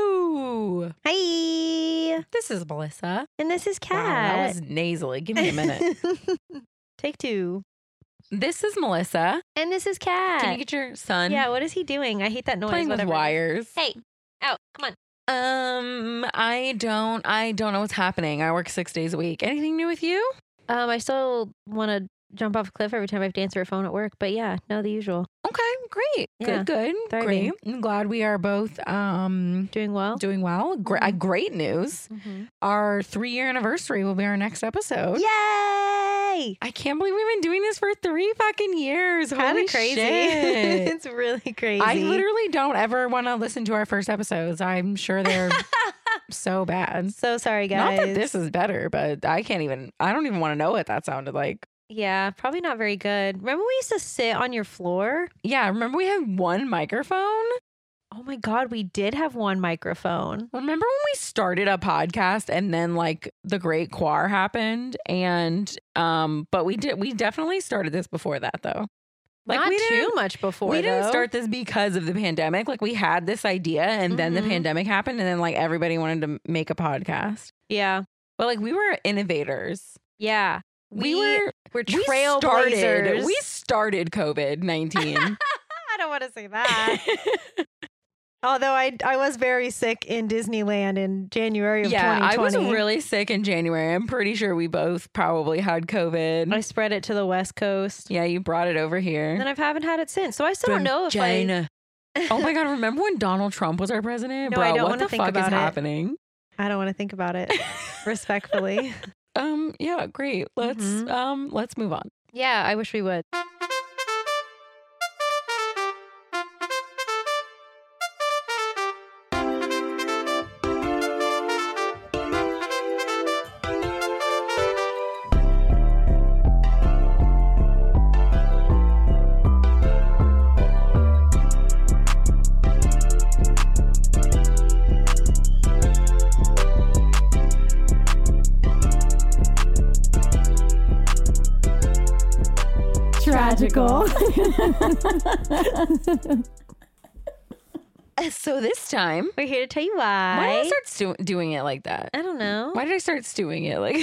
Hello. Hi, This is Melissa. and this is Wow, that Kat. was nasally. Give me a minute. Take two. this is Melissa. And this is Kat. Can you get your son yeah, what is he doing? I hate that noise. playing with whatever it wires? is. Hey, out! Come on. Um, I don't I don't know what's happening. I work 6 days a week. Anything new with you? Um, I still want to jump off a cliff every time I have to answer a phone at work, but yeah, no, the usual. Okay, great. Yeah, Good, good. thriving. Great. I'm glad we are both um Doing well. Mm-hmm. doing well. Gre- uh, Mhm. great news. Our 3-year anniversary will be our next episode. Yay! I can't believe we've been doing this for 3 fucking years. Kind Holy of crazy. shit. it's really crazy. I literally don't ever want to listen to our first episodes. I'm sure they're so bad. so sorry, guys. Not that this is better, but I can't even. I don't even want to know what that sounded like. Yeah, probably not very good. Remember we used to sit on your floor? Yeah, remember we had one microphone. Oh my god, we did have one microphone. Remember when we started a podcast and then like the Great Quar happened, and um, but we did. We definitely started this before that though. Like not we too didn't. much before. we didn't though. start this because of the pandemic. Like we had this idea, and then the Mhm. pandemic happened, and then like everybody wanted to make a podcast. Yeah. But like we were innovators. Yeah. we, We- were We're we trailblazers. started, we started COVID nineteen. I don't want to say that. Although I I was very sick in Disneyland in January of yeah, I 2020. was really sick in January. I'm pretty sure we both probably had COVID. I spread it to the West Coast. yeah, you brought it over here. And then I haven't had it since. So I still don't know if China. I oh my god! Remember when Donald Trump was our president? No, Bro, I don't what wanna the think fuck is about it. happening? I don't want to think about it respectfully. Um. Yeah. Great. Let's Mhm. um. Let's move on. yeah, I wish we would. tragical. Uh, So this time, We're here to tell you why why. did I start stu- doing it like that? I don't know. Why did I start stewing it like? I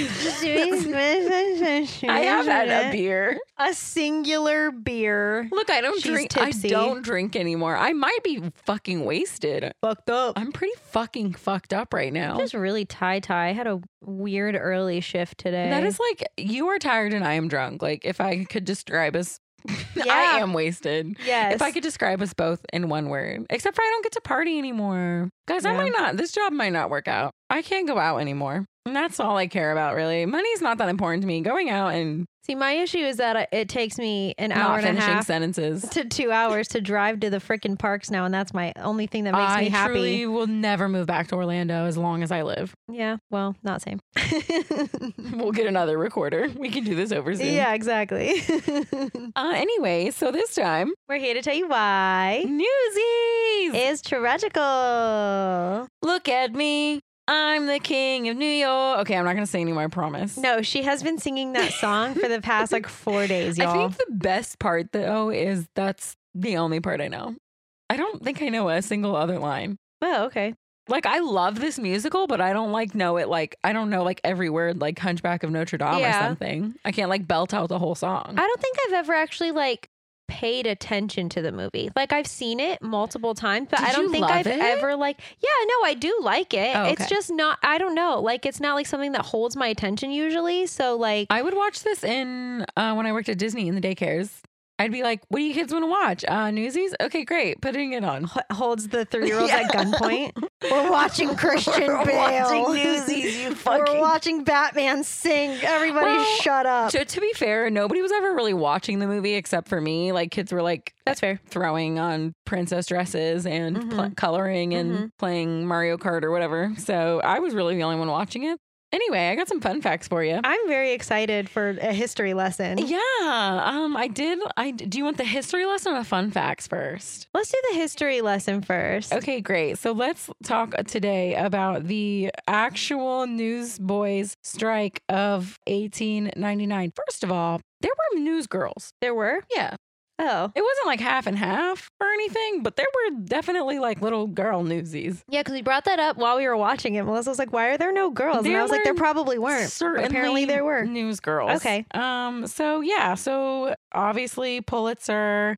I have had a beer. a singular beer. Look, I don't She's drink. tipsy. I don't drink anymore. I might be fucking wasted. Fucked up. I'm pretty fucking fucked up right now. I'm just really tie tie. I had a weird early shift today. That is like you are tired and I am drunk. Like if I could describe us, I Yeah. am wasted. yes. If I could describe us both in one word, except for I don't get to party anymore, guys. I Yeah. might not. This job might not work out. I can't go out anymore. And that's all I care about, really. Money's not that important to me. Going out and See, my issue is that I- it takes me an hour not and a finishing half sentences. to two hours to drive to the freaking parks now, and that's my only thing that makes I me happy. truly will never move back to Orlando as long as I live. Yeah, well, not same. We'll get another recorder. We can do this over Zoom. yeah, exactly. Uh, anyway, so this time, We're here to tell you why Newsies. is tragical. Look at me. I'm the king of New York. Okay, I'm not gonna say anymore. I promise. No, she has been singing that song for the past like four days, I y'all. think the best part though is that's the only part I know. I don't think I know a single other line. Well, Oh, okay. Like I love this musical, but I don't like know it. Like I don't know like every word, like Hunchback of Notre Dame or Yeah. something. I can't like belt out the whole song. I don't think I've ever actually like paid attention to the movie. Like I've seen it multiple times, but Did I you don't think love I've it? ever like Yeah, no, I do like it. Oh, It's okay. just not I don't know. Like it's not like something that holds my attention usually. So like I would watch this in uh, when I worked at Disney in the daycares. I'd be like, "What do you kids want to watch? Uh, Newsies? Okay, great. Putting it on. h- holds the 3-year-olds Yeah. at gunpoint. We're watching Christian We're watching Newsies, you fucking- watching Batman sing. Everybody Well, shut up. So to be fair, nobody was ever really watching the movie except for me. Like kids were like That's fair. Mm-hmm. throwing on princess dresses and pl- coloring and Mhm. playing Mario Kart or whatever. So I was really the only one watching it. Anyway, I got some fun facts for you. I'm very excited for a history lesson. yeah, um, I did. I do. You want the history lesson or the fun facts first? Let's do the history lesson first. Okay, great. So let's talk today about the actual newsboys strike of 1899. First of all, there were newsgirls. There were Yeah. Oh. It wasn't like half and half or anything, but there were definitely like little girl newsies. Yeah, because we brought that up while we were watching it. Melissa was like, "Why are there no girls?" and There I was like, "There were probably weren't. But Certainly apparently, there were." news girls. Okay. Um. So yeah. So obviously Pulitzer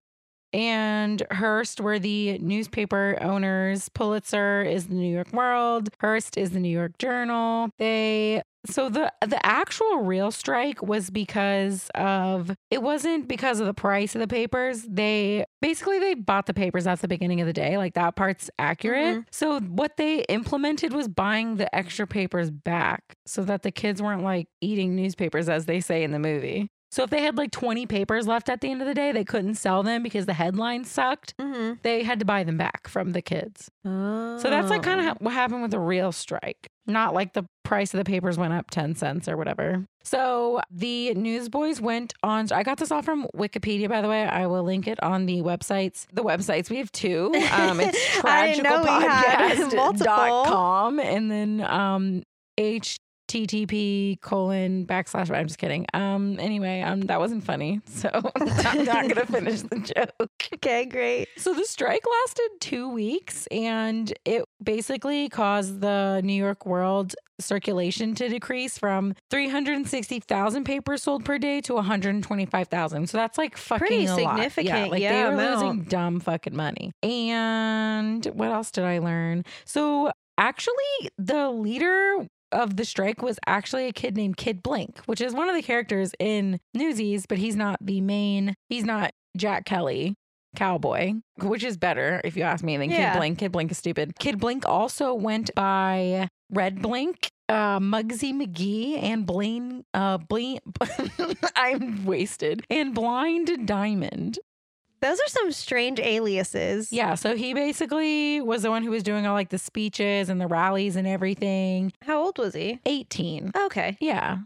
and Hearst were the newspaper owners. Pulitzer is the New York World. Hearst is the New York Journal. They. So the the actual real strike was because of it wasn't because of the price of the papers. They basically they bought the papers at the beginning of the day. Like that part's accurate. So what they implemented was buying the extra papers back so that the kids weren't like eating newspapers as they say in the movie. So if they had like 20 papers left at the end of the day, they couldn't sell them because the headline sucked. Mm-hmm. They had to buy them back from the kids. So that's like kind of Oh. what happened with the real strike. Not like the price of the papers went up 10 cents or whatever. So the newsboys went on. I got this all from Wikipedia, by the way. I will link it on the websites. The websites, we have two. Um, it's I didn't know we had multiple. tragicalpodcast.com and then um, HTTP colon backslash. I'm just kidding. Um, anyway, um, that wasn't funny. So I'm not going to finish the joke. okay, great. So the strike lasted two weeks and it basically caused the New York World circulation to decrease from 360,000 papers sold per day to 125,000. So that's like fucking Pretty a lot. Yeah, significant, like yeah, they were amount. losing dumb fucking money. And what else did I learn? So actually the leader of the strike was actually a kid named Kid Blink, which is one of the characters in Newsies, but he's not the main, he's not Jack Kelly cowboy, which is better if you ask me than Yeah. Kid Blink. Kid Blink is stupid. Kid Blink also went by Red Blink, uh, Muggsy McGee, and Blaine. Uh, Blaine, I'm wasted. And Blind Diamond. Those are some strange aliases. Yeah, so he basically was the one who was doing all like the speeches and the rallies and everything. How old was he? 18. Okay. Yeah.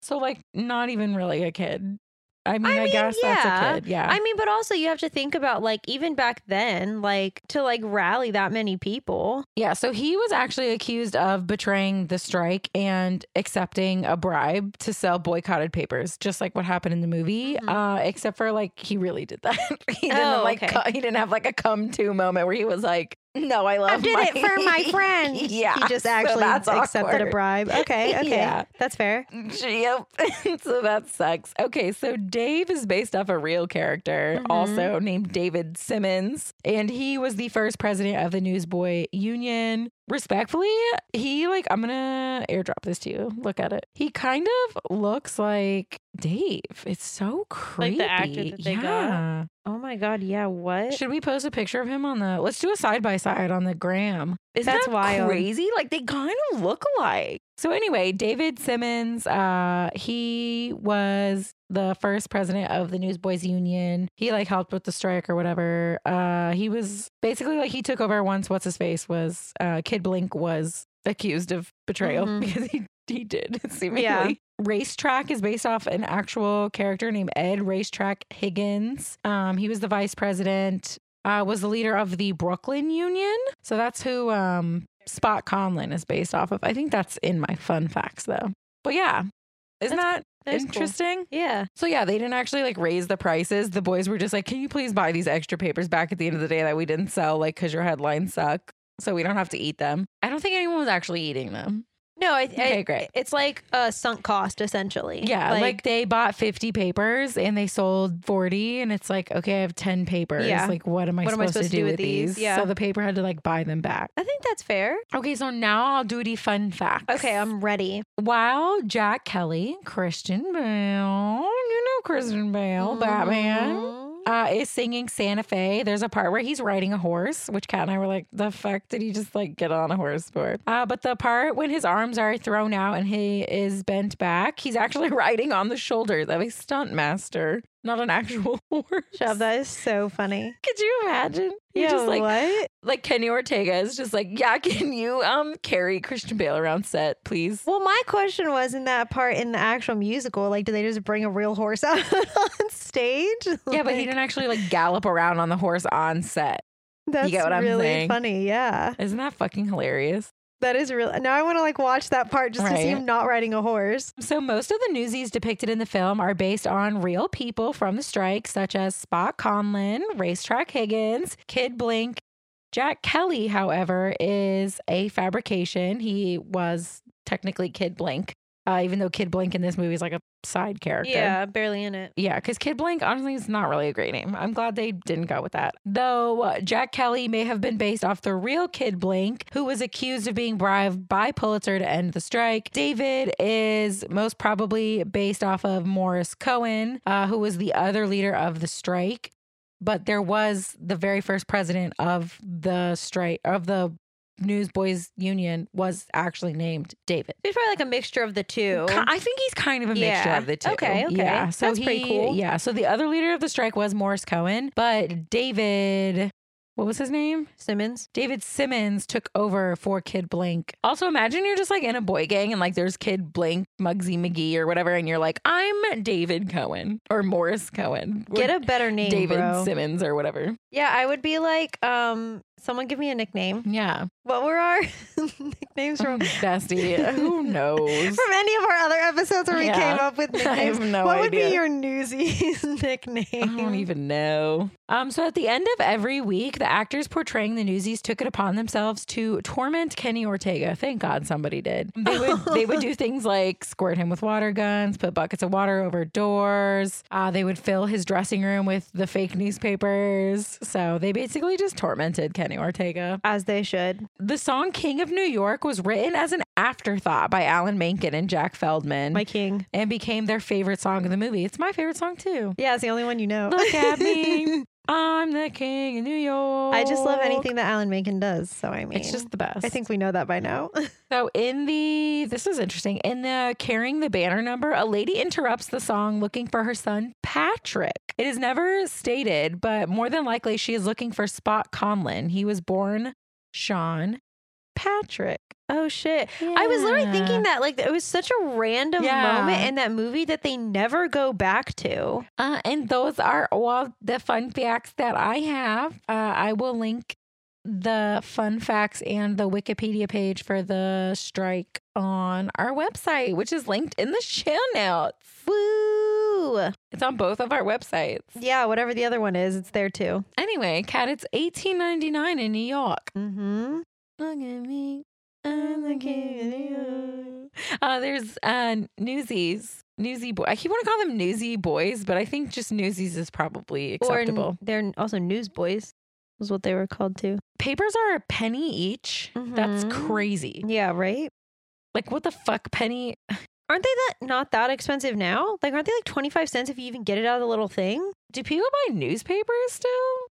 So like not even really a kid. I mean, I, mean, guess yeah. that's a kid. Yeah. I mean, but also you have to think about like even back then, like to like rally that many people. Yeah, so he was actually accused of betraying the strike and accepting a bribe to sell boycotted papers, just like what happened in the movie. Mhm. Uh, except for like he really did that. he didn't Oh, like okay. co- he didn't have like a come to moment where he was like, "No, I love I did it for my friend. Yeah, He just so actually that's accepted a awkward. bribe. Okay. Okay. Yeah. That's fair. Yep. so that sucks. Okay, so Dave is based off a real character, Mm-hmm. Mhm. also named David Simmons, and he was the first president of the Newsboy Union. Respectfully, he like I'm gonna airdrop this to you. Look at it. He kind of looks like Dave. It's so Like creepy. the actor that they got? yeah. Oh my God. Yeah. What? Should we post a picture of him on the? Let's do a side by side on the gram. Is That's that wild. crazy? Like they kind of look alike. So anyway, David Simmons, uh, he was the first president of the Newsboys Union. He like helped with the strike or whatever. Uh, he was basically like he took over once. What's his face was uh, Kid Blink was accused of betrayal Mhm. because he he did seemingly. Racetrack is based off an actual character named Ed Racetrack Higgins. Um, he was the vice president, uh, was the leader of the Brooklyn Union. So that's who um, Spot Conlon is based off of. I think that's in my fun facts though. But yeah, isn't that That's cool. interesting? Yeah. So yeah, they didn't actually like raise the prices. The boys were just like, "Can you please buy these extra papers back at the end of the day that we didn't sell, like because your headlines suck, so we don't have to eat them." I don't think anyone was actually eating them. No, I, I- Okay, great. It's like a sunk cost essentially. Yeah, like, they bought 50 papers and they sold 40 and it's like, okay, I have 10 papers. Yeah. Like what am I, supposed, to do, with these? Yeah. So the paper had to like buy them back. I think that's fair. Okay, so now I'll do the fun facts. Okay, I'm ready. while Jack Kelly, Christian Bale, you know Christian Bale, Mm-hmm. Batman, Mhm. uh, is singing Santa Fe. There's a part where he's riding a horse, which Kat and I were like, the fuck did he just like get on a horse for? Uh, but the part when his arms are thrown out and he is bent back, he's actually riding on the shoulders of a stunt master, not an actual horse. Shove, that is so funny. Could you imagine? You're just like, what? like Kenny Ortega is just like, yeah, can you um carry Christian Bale around set, please? Well, my question was in that part in the actual musical, like, do they just bring a real horse out on stage? Yeah, but he didn't actually like gallop around on the horse on set. That's get what I'm really saying? funny. Yeah. Isn't that fucking hilarious? That is real. Now I want to like watch that part just to Right. see him not riding a horse. So, most of the newsies depicted in the film are based on real people from the strike, such as Spot Conlon, Racetrack Higgins, Kid Blink. Jack Kelly, however, is a fabrication. He was technically Kid Blink, uh, even though Kid Blink in this movie is like a side character. barely in it. Yeah, because Kid Blank honestly is not really a great name. I'm glad they didn't go with that. Though uh, Jack Kelly may have been based off the real Kid Blank, who was accused of being bribed by Pulitzer to end the strike. David is most probably based off of Morris Cohen, uh, who was the other leader of the strike. But there was the very first president of the strike of the Newsboys Union was actually named David. It's probably like a mixture of the two. Ki- I think he's kind of a mixture Yeah. of the two. Okay, okay. Yeah. So That's pretty he- cool. Yeah. So the other leader of the strike was Morris Cohen, but David, what was his name? Simmons. David Simmons took over for Kid Blink. Also, imagine you're just like in a boy gang and like there's Kid Blink, Muggsy McGee, or whatever, and you're like, I'm David Cohen or Morris Cohen. or Get a better name, David bro. Simmons or whatever. yeah, I would be like, um, someone give me a nickname. Yeah. What were our nicknames from? Bestie. Who knows? From any of our other episodes where we Yeah. came up with I have nicknames, no what idea. would be your newsies nickname? I don't even know. Um, so at the end of every week, the actors portraying the newsies took it upon themselves to torment Kenny Ortega. Thank God somebody did. They would they would do things like squirt him with water guns, put buckets of water over doors. Uh, they would fill his dressing room with the fake newspapers. So they basically just tormented Kenny Ortega. As they should. The song "King of New York" was written as an afterthought by Alan Menken and Jack Feldman, My king. and became their favorite song of the movie. It's my favorite song too. Yeah, it's the only one you know. Look at me. I'm the king of New York. I just love anything that Alan Menken does. So I mean, It's just the best. I think we know that by now. so. In the this is interesting. In the carrying the banner number, a lady interrupts the song looking for her son Patrick. It is never stated, but more than likely she is looking for Spot Conlon. He was born Sean Patrick. oh shit! I was literally thinking Yeah. that like it was such a random Yeah. moment in that movie that they never go back to. Uh, and those are all the fun facts that I have. Uh, I will link the fun facts and the Wikipedia page for the strike on our website, which is linked in the show notes. Woo! It's on both of our websites. Yeah, whatever the other one is, it's there too. Anyway, Kat, it's eighteen ninety nine in New York. Mm-hmm. Look at me, I'm the king of New York. Uh, there's uh, Newsies, Newsy boy. I keep want to call them Newsy boys, but I think just Newsies is probably acceptable. Or they're also newsboys, was what they were called too. papers are a penny each. That's Mhm. crazy. Yeah, right. Like what the fuck, penny? Aren't they that not that expensive now? Like, aren't they like twenty five cents if you even get it out of the little thing? Do people buy newspapers still?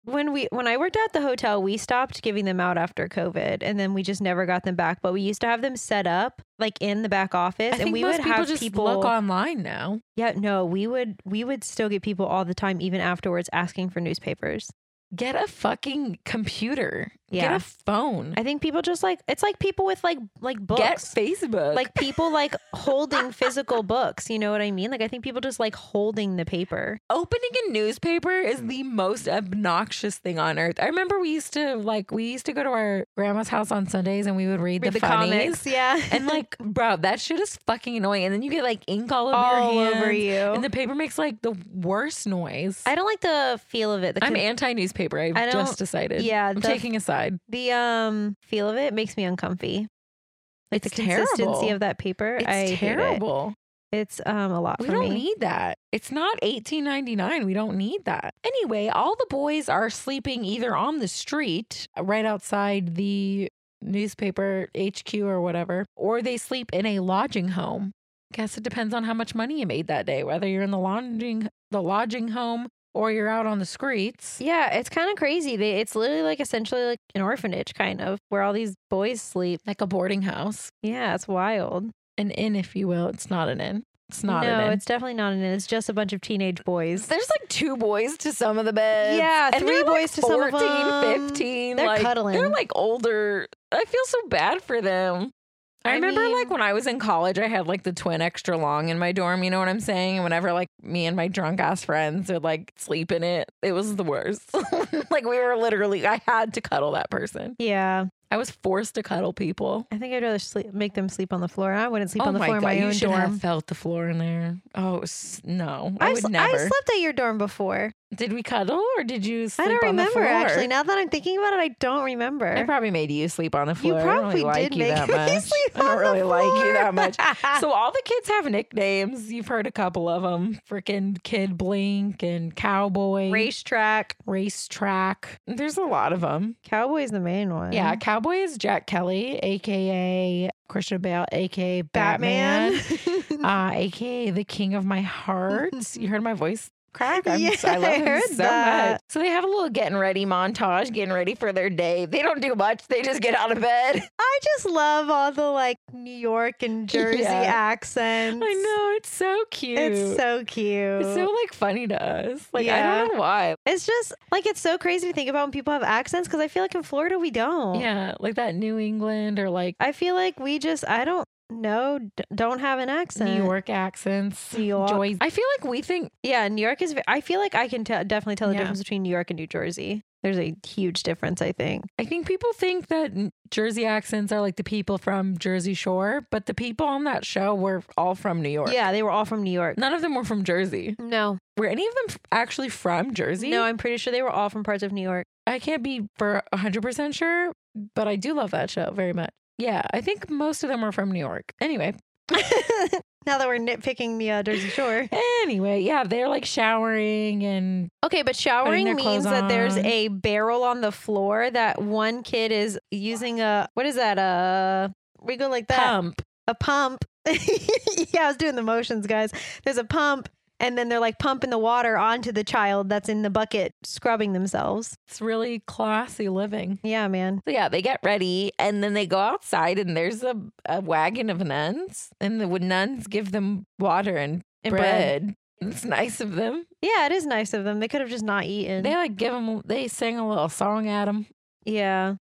when we when I worked at the hotel, we stopped giving them out after COVID, and then we just never got them back. But we used to have them set up like in the back office, I and think we most would people have just people. look online now. yeah, no, we would we would still get people all the time, even afterwards, asking for newspapers. Get a fucking computer. Get Yeah. a phone. I think people just like it's like people with like like Get books. Facebook. like people like holding physical books, you know what I mean? Like I think people just like holding the paper. opening a newspaper is the most obnoxious thing on earth. I remember we used to like we used to go to our grandma's house on Sundays and we would read, the, funnies. yeah, And like, bro, that shit is fucking annoying. And then you get like ink all over all your hands. over you. And the paper makes like the worst noise. I don't like the feel of it. The I'm con- anti newspaper. I've I don't- just decided. yeah, I'm the taking a side. The um feel of it makes me uncomfy. Like It's the consistency terrible. of that paper. It's I hate it. terrible. It's um a lot We for don't me. need that. It's not 1899. We don't need that. Anyway, all the boys are sleeping either on the street right outside the newspaper HQ or whatever, or they sleep in a lodging home. Guess it depends on how much money you made that day, whether you're in the lodging the lodging home or you're out on the streets. yeah, it's kind of crazy. They it's literally like essentially like an orphanage kind of where all these boys sleep. Like a boarding house. Yeah, it's wild. An inn, if you will. It's not an inn. It's not an no, inn. it's definitely not an inn. It's just a bunch of teenage boys. There's like two boys to some of the beds. yeah, And three they're, like, boys to some of 14, them. 15. They're like, cuddling. They're like older. I feel so bad for them. I, I remember like mean- when I was in college, I had like the twin extra long in my dorm. You know what I'm saying? And whenever like me and my drunk ass friends would like sleep in it, it was the worst. like we were literally, I had to cuddle that person. Yeah, I was forced to cuddle people. I think I'd rather sleep, make them sleep on the floor. I wouldn't sleep oh on the my floor god, in my you own should have dorm. felt the floor in there. Oh it was- no, I I've would sl- never. slept at your dorm before. Did we cuddle or did you I sleep don't on the remember floor? actually. Now that I'm thinking about it, I don't remember. I probably made you sleep on the you floor. probably I don't really like did you make that me much. sleep I don't on the really like you that much. floor. So all the kids have nicknames. You've heard a couple of them. Freaking Kid Blink and Cowboy. racetrack. Racetrack. There's a lot of them. Cowboy's the main one. Yeah, Cowboy is Jack Kelly, aka Christian Bale, aka Batman. Batman. uh, aka the king of my heart. you heard my voice crack. I'm, Yeah, I love I him heard so much. that. So they have a little getting ready montage, getting ready for their day. They don't do much. They just get out of bed. I just love all the like New York and Jersey Yeah. accents. I know it's so cute. It's so cute. It's so like funny to us. Like I Yeah. don't know why. It's just like it's so crazy to think about when people have accents because I feel like in Florida we don't. Yeah, like that New England or like I feel like we just I don't know d- don't have an accent. New York accents. New York. Joy. I feel like we think Yeah, New York is. ve- I feel like I can tell definitely tell the Yeah. difference between New York and New Jersey. There's a huge difference, I think. I think people think that n- Jersey accents are like the people from Jersey Shore, but the people on that show were all from New York. Yeah, they were all from New York. None of them were from Jersey. No, Were any of them f- actually from Jersey? no, I'm pretty sure they were all from parts of New York. I can't be for 100% sure, but I do love that show very much. Yeah, I think most of them were from New York. Anyway, now that we're nitpicking the uh, Jersey Shore. anyway, yeah, they're like showering and Okay, but their showering clothes means that there's on. a barrel on the floor that one kid is using a what is that? A we go like that. pump. A pump. yeah, I was doing the motions, guys. There's a pump, and then they're like pumping the water onto the child that's in the bucket scrubbing themselves. It's really classy living. Yeah, man. So yeah, they get ready and then they go outside and there's a, a wagon of nuns and the nuns give them water and, And bread. bread. It's nice of them. Yeah, it is nice of them. They could have just not eaten. They like give them. They sing a little song at them. yeah.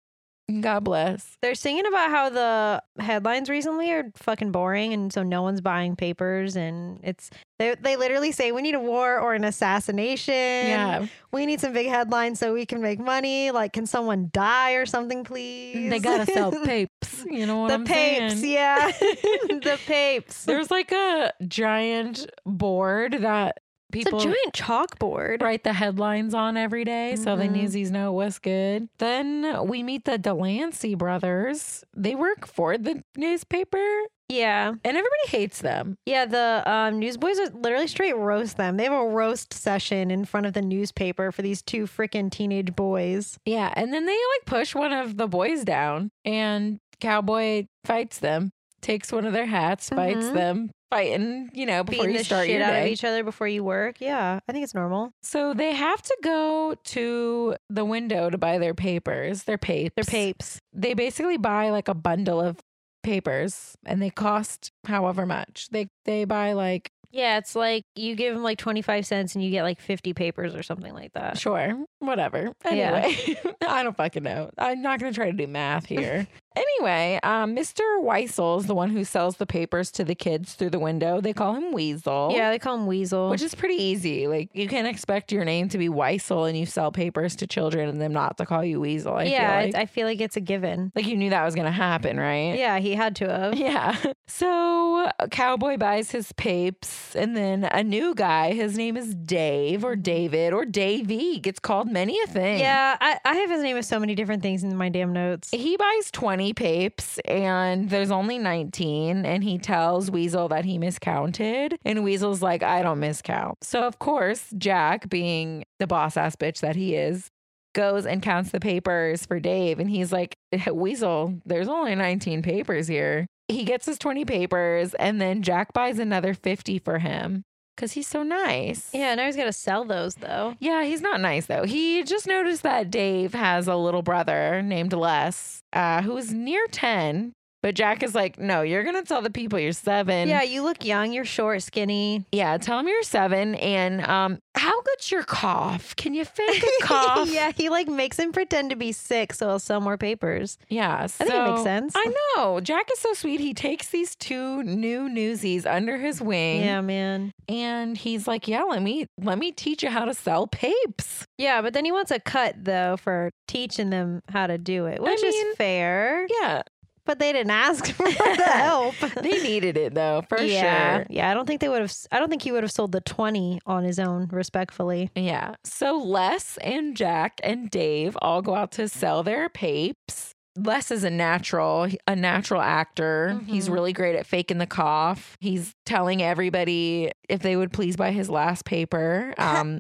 God bless. They're singing about how the headlines recently are fucking boring and so no one's buying papers and it's they they literally say we need a war or an assassination. yeah, We need some big headlines so we can make money. Like can someone die or something please? they gotta sell papes. You know what the I'm papes, saying? yeah. the papes. There's like a giant board that It's a people giant chalkboard. write the headlines on every day, so the Mhm. newsies know what's good. Then we meet the Delancey brothers. They work for the newspaper. Yeah. and everybody hates them. Yeah, the um, newsboys are literally straight roast them. They have a roast session in front of the newspaper for these two freaking teenage boys. Yeah, and then they like push one of the boys down, and Cowboy fights them, takes one of their hats, fights Mhm. them, fighting. You know, before Beating you the start shit your out of day. each other before you work. Yeah, I think it's normal. so they have to go to the window to buy their papers, their papers, They're papes. They basically buy like a bundle of papers, and they cost however much. They they buy like Yeah, it's like you give them like 25 cents and you get like 50 papers or something like that. uh, Sure, whatever. Yeah. Anyway, I don't fucking know. I'm not going to try to do math here. anyway, um, Mr. Weisel is the one who sells the papers to the kids through the window. They call him Weasel. Yeah, they call them weasel. Which is pretty easy. Like you can't expect your name to be Weisel and you sell papers to children and them not to call you Weasel. I yeah, feel like. it's- I feel like it's a given. like you knew that was going to happen, right? Yeah, he had to have. Yeah. So a Cowboy buys his papes, and then a new guy, his name is Dave or David or Davey, gets called many a thing. Yeah, I, I have his name with so many different things in my damn notes. He buys 20 papes and there's only 19 and he tells Weasel that he miscounted and Weasel's like I don't miscount. So of course, Jack being the boss ass bitch that he is goes and counts the papers for Dave and he's like Weasel, there's only 19 papers here. He gets his 20 papers and then Jack buys another 50 for him cuz he's so nice. Yeah, now he's got to sell those though. Yeah, he's not nice though. He just noticed that Dave has a little brother named Les, uh, who's near 10. But Jack is like, no, you're going to tell the people you're seven. yeah, you look young, you're short, skinny. Yeah, tell them you're seven. And um, how good's your cough? Can you fake a cough? yeah, he like makes him pretend to be sick so he'll sell more papers. Yeah. So I think it makes sense. I know. Jack is so sweet. He takes these two new newsies under his wing. yeah, man. And he's like, Yeah, let me let me teach you how to sell papes. Yeah, but then he wants a cut though for teaching them how to do it, which mean- is fair. Yeah. But they didn't ask for the help. They needed it though, for yeah. sure. Yeah, I don't think they would have. I don't think he would have sold the twenty on his own. Respectfully. Yeah. So Les and Jack and Dave all go out to sell their papes. Les is a natural, a natural actor. He's Mhm. really great at faking the cough. He's telling everybody if they would please buy his last paper. Um,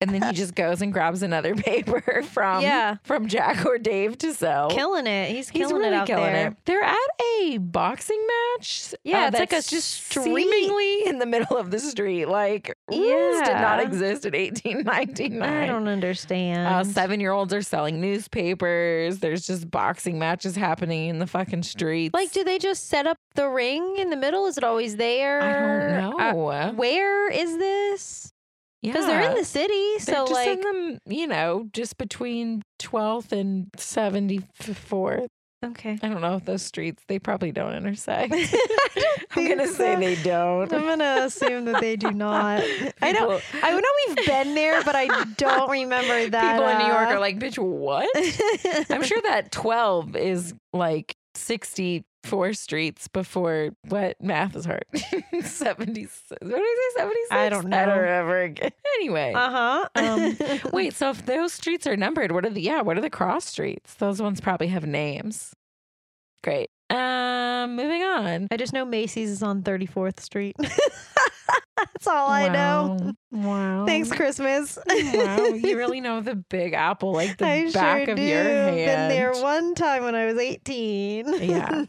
and then he just goes and grabs another paper from Yeah. from Jack or Dave to sell. Killing it. He's He's killing really it out killing there. it. They're at a boxing match. Uh, Yeah, it's like a that's street. seemingly in the middle of the street. Like rules did not Yeah. exist in 1899. I don't understand. Uh, seven year olds are selling newspapers. There's just boxing matches happening in the fucking streets. Like, do they just set up the ring in the middle? Is it always there? I don't Uh, know. where is this? yeah. Because they're in the city, They're so just like in them, you know, just between 12th and 74th. okay. I don't know if those streets, they probably don't intersect. I'm think going to say so. they don't. I'm gonna assume that they do not. I don't. People- I know we've been there, but I don't remember that. uh, People in New York are like, bitch, what? I'm sure that 12 is like 64 streets before what math is hard. 76. What did I say? 76? I don't I don't know. remember. again. Anyway. Uh huh. Um, Um, Wait, so if those streets are numbered, what are the yeah, what are the cross streets? Those ones probably have names. Great. Um, moving on. I just know Macy's is on 34th Street. That's all I know. Wow. Thanks, Christmas. wow, you really know the Big Apple like the I back sure of do. your hand. Been there one time when I was 18. Yeah.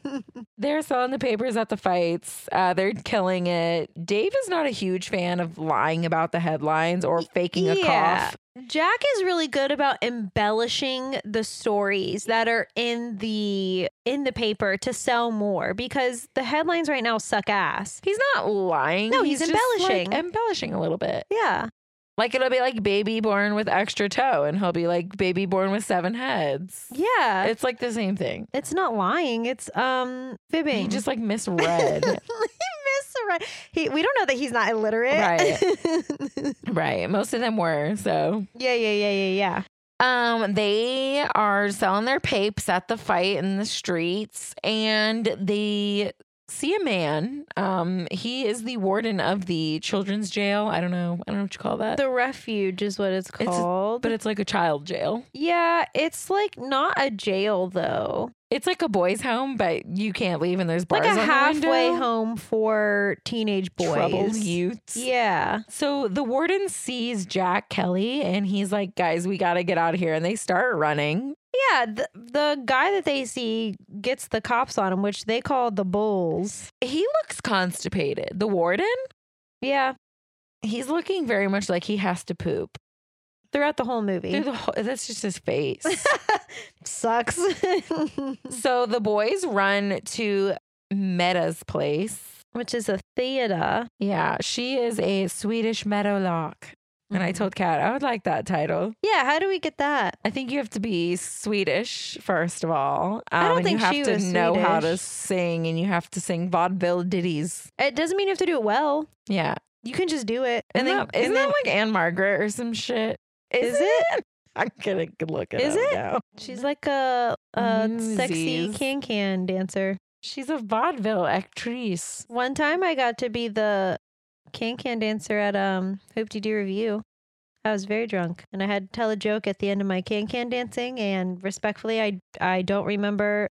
They're selling the papers at the fights. Uh, they're killing it. Dave is not a huge fan of lying about the headlines or faking a Yeah. cough. Jack is really good about embellishing the stories that are in the in the paper to sell more because the headlines right now suck ass. He's not lying. No, he's just, like, embellishing. embellishing a little bit. Yeah. Like it'll be like baby born with extra toe, and he'll be like baby born with seven heads. Yeah. It's like the same thing. It's not lying. It's um fibbing. He just like he misread. misread. He we don't know that he's not illiterate. Right. right. Most of them were. So yeah, yeah, yeah, yeah, yeah. Um, they are selling their papes at the fight in the streets, and they see a man. Um, he is the warden of the children's jail. I don't know. I don't know what you call that, The refuge is what it's It's- called. but it's like a child jail. yeah, it's like not a jail though. It's like a boys' home, but you can't leave, and there's bars Like a on the halfway window. home for teenage boys. Troubled youths. Yeah. So the warden sees Jack Kelly, and he's like, "Guys, we got to get out of here!" And they start running. Yeah, the, the guy that they see gets the cops on him, which they call the bulls. He looks constipated. The warden. Yeah, He's looking very much like he has to poop. throughout the whole movie. Through the whole, that's just his face. Sucks. so the boys run to Meta's place. which is a theater. Yeah, she is a Swedish Meadowlark. And I told Kat, I would like that title. Yeah, how do we get that? I think you have to be Swedish, first of all. Um, I don't and think you have she to was know how to Swedish. sing and you have to sing vaudeville ditties. It doesn't mean you have to do it well. Yeah. You can just do it. Isn't, then, that, isn't and that then- like Anne Margaret or some shit? Is Isn't I'm gonna look it Is up it? now. she's like a, a sexy Newsies. can can dancer. She's a vaudeville actrice. One time I got to be the can can dancer at um Hoop Dee Doo Review. I was very drunk and I had to tell a joke at the end of my can can dancing and respectfully I I don't remember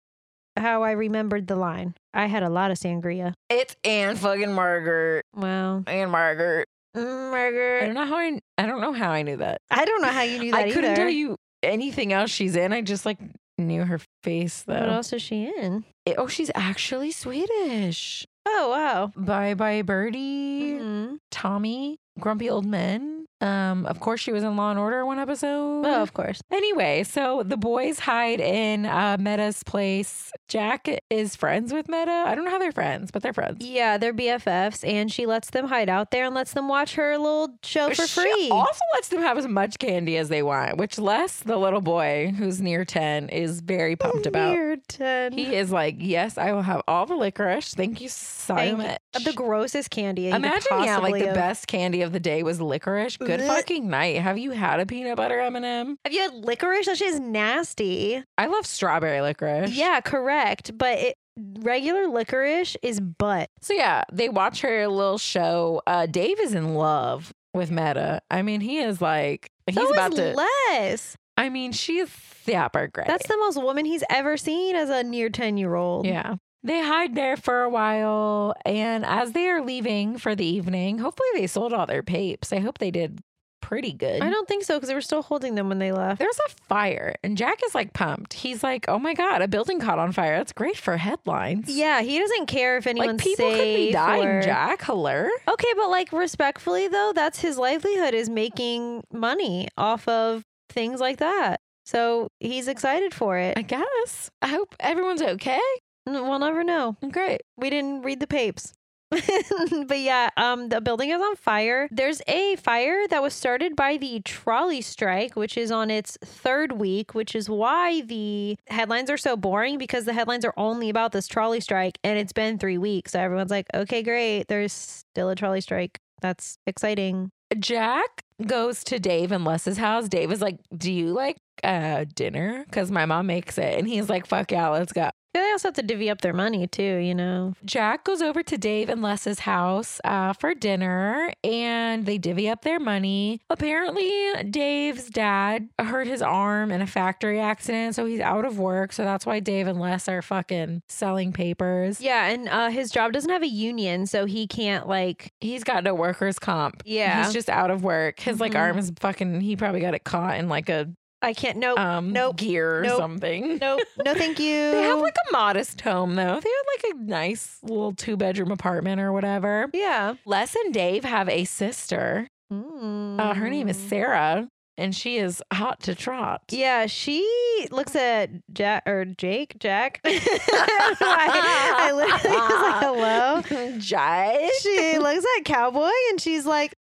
how I remembered the line. I had a lot of sangria. It's Anne fucking Margaret. Wow. Anne Margaret. Mm, I Margaret. don't know how I, I don't know how I knew that. I don't know how you knew that I couldn't either. tell you anything else she's in. I just like knew her face What though. else is she in? It- oh, she's actually Swedish. Oh wow. Bye bye birdie, Mhm. Tommy, Grumpy Old Men. Um, of course, she was in Law and Order one episode. Oh, of course. Anyway, so the boys hide in uh, Meta's place. Jack is friends with Meta. I don't know how they're friends, but they're friends. Yeah, they're BFFs, and she lets them hide out there and lets them watch her little show Oh, for She free. also lets them have as much candy as they want, which Les, the little boy who's near 10, is very pumped about. Oh, Weird, Ted. He is like, Yes, I will have all the licorice. Thank you so Thank- much. Of the grossest candy. you could Imagine, yeah, like possibly the have. best candy of the day was licorice. Good Blech. fucking night. Have you had a peanut butter M&M? Have you had licorice? That shit is nasty. I love strawberry licorice. Yeah, correct. But it, regular licorice is butt. So yeah, they watch her little show. Uh, Dave is in love with Meta. I mean, he is like he's so about is to. Les. I mean, she's thapper great. That's the most woman he's ever seen as a near 10 year old. yeah. They hide there for a while, and as they are leaving for the evening, hopefully they sold all their papes. I hope they did pretty good. I don't think so because they were still holding them when they left. There's a fire, and Jack is like pumped. He's like, "Oh my god, a building caught on fire! That's great for headlines." Yeah, he doesn't care if like anyone's people safe. could be dying, or- Jack. Hello. Okay, but like respectfully though, that's his livelihood is making money off of things like that. So he's excited for it. I guess. I hope everyone's okay. N- We'll never know. Great. We didn't read the papes. but yeah, um the building is on fire. There's a fire that was started by the trolley strike, which is on its third week, which is why the headlines are so boring because the headlines are only about this trolley strike and it's been 3 weeks. So everyone's like, "Okay, great. There's still a trolley strike. That's exciting." Jack goes to Dave and Les's house. Dave is like, "Do you like uh, dinner? Because my mom makes it." And he's like, "Fuck yeah, let's go." Yeah, They also have to divvy up their money too, you know. Jack goes over to Dave and Les's house uh, for dinner, and they divvy up their money. Apparently, Dave's dad hurt his arm in a factory accident, so he's out of work. So that's why Dave and Les are fucking selling papers. Yeah, and uh, his job doesn't have a union, so he can't like. He's got no workers' comp. Yeah, He's just out of work. His like Mhm. arm is fucking. He probably got it caught in like a I can't. No, um Nope. gear or Nope. something. no, no, thank you. They have like a modest home though. They have like a nice little two bedroom apartment or whatever. yeah. Les and Dave have a sister. Uh, her name is Mm. Sarah, and she is hot to trot. Yeah, she looks at Jack or Jake. Jack. I, I literally was like, "Hello." Jai. She looks at Cowboy and she's like,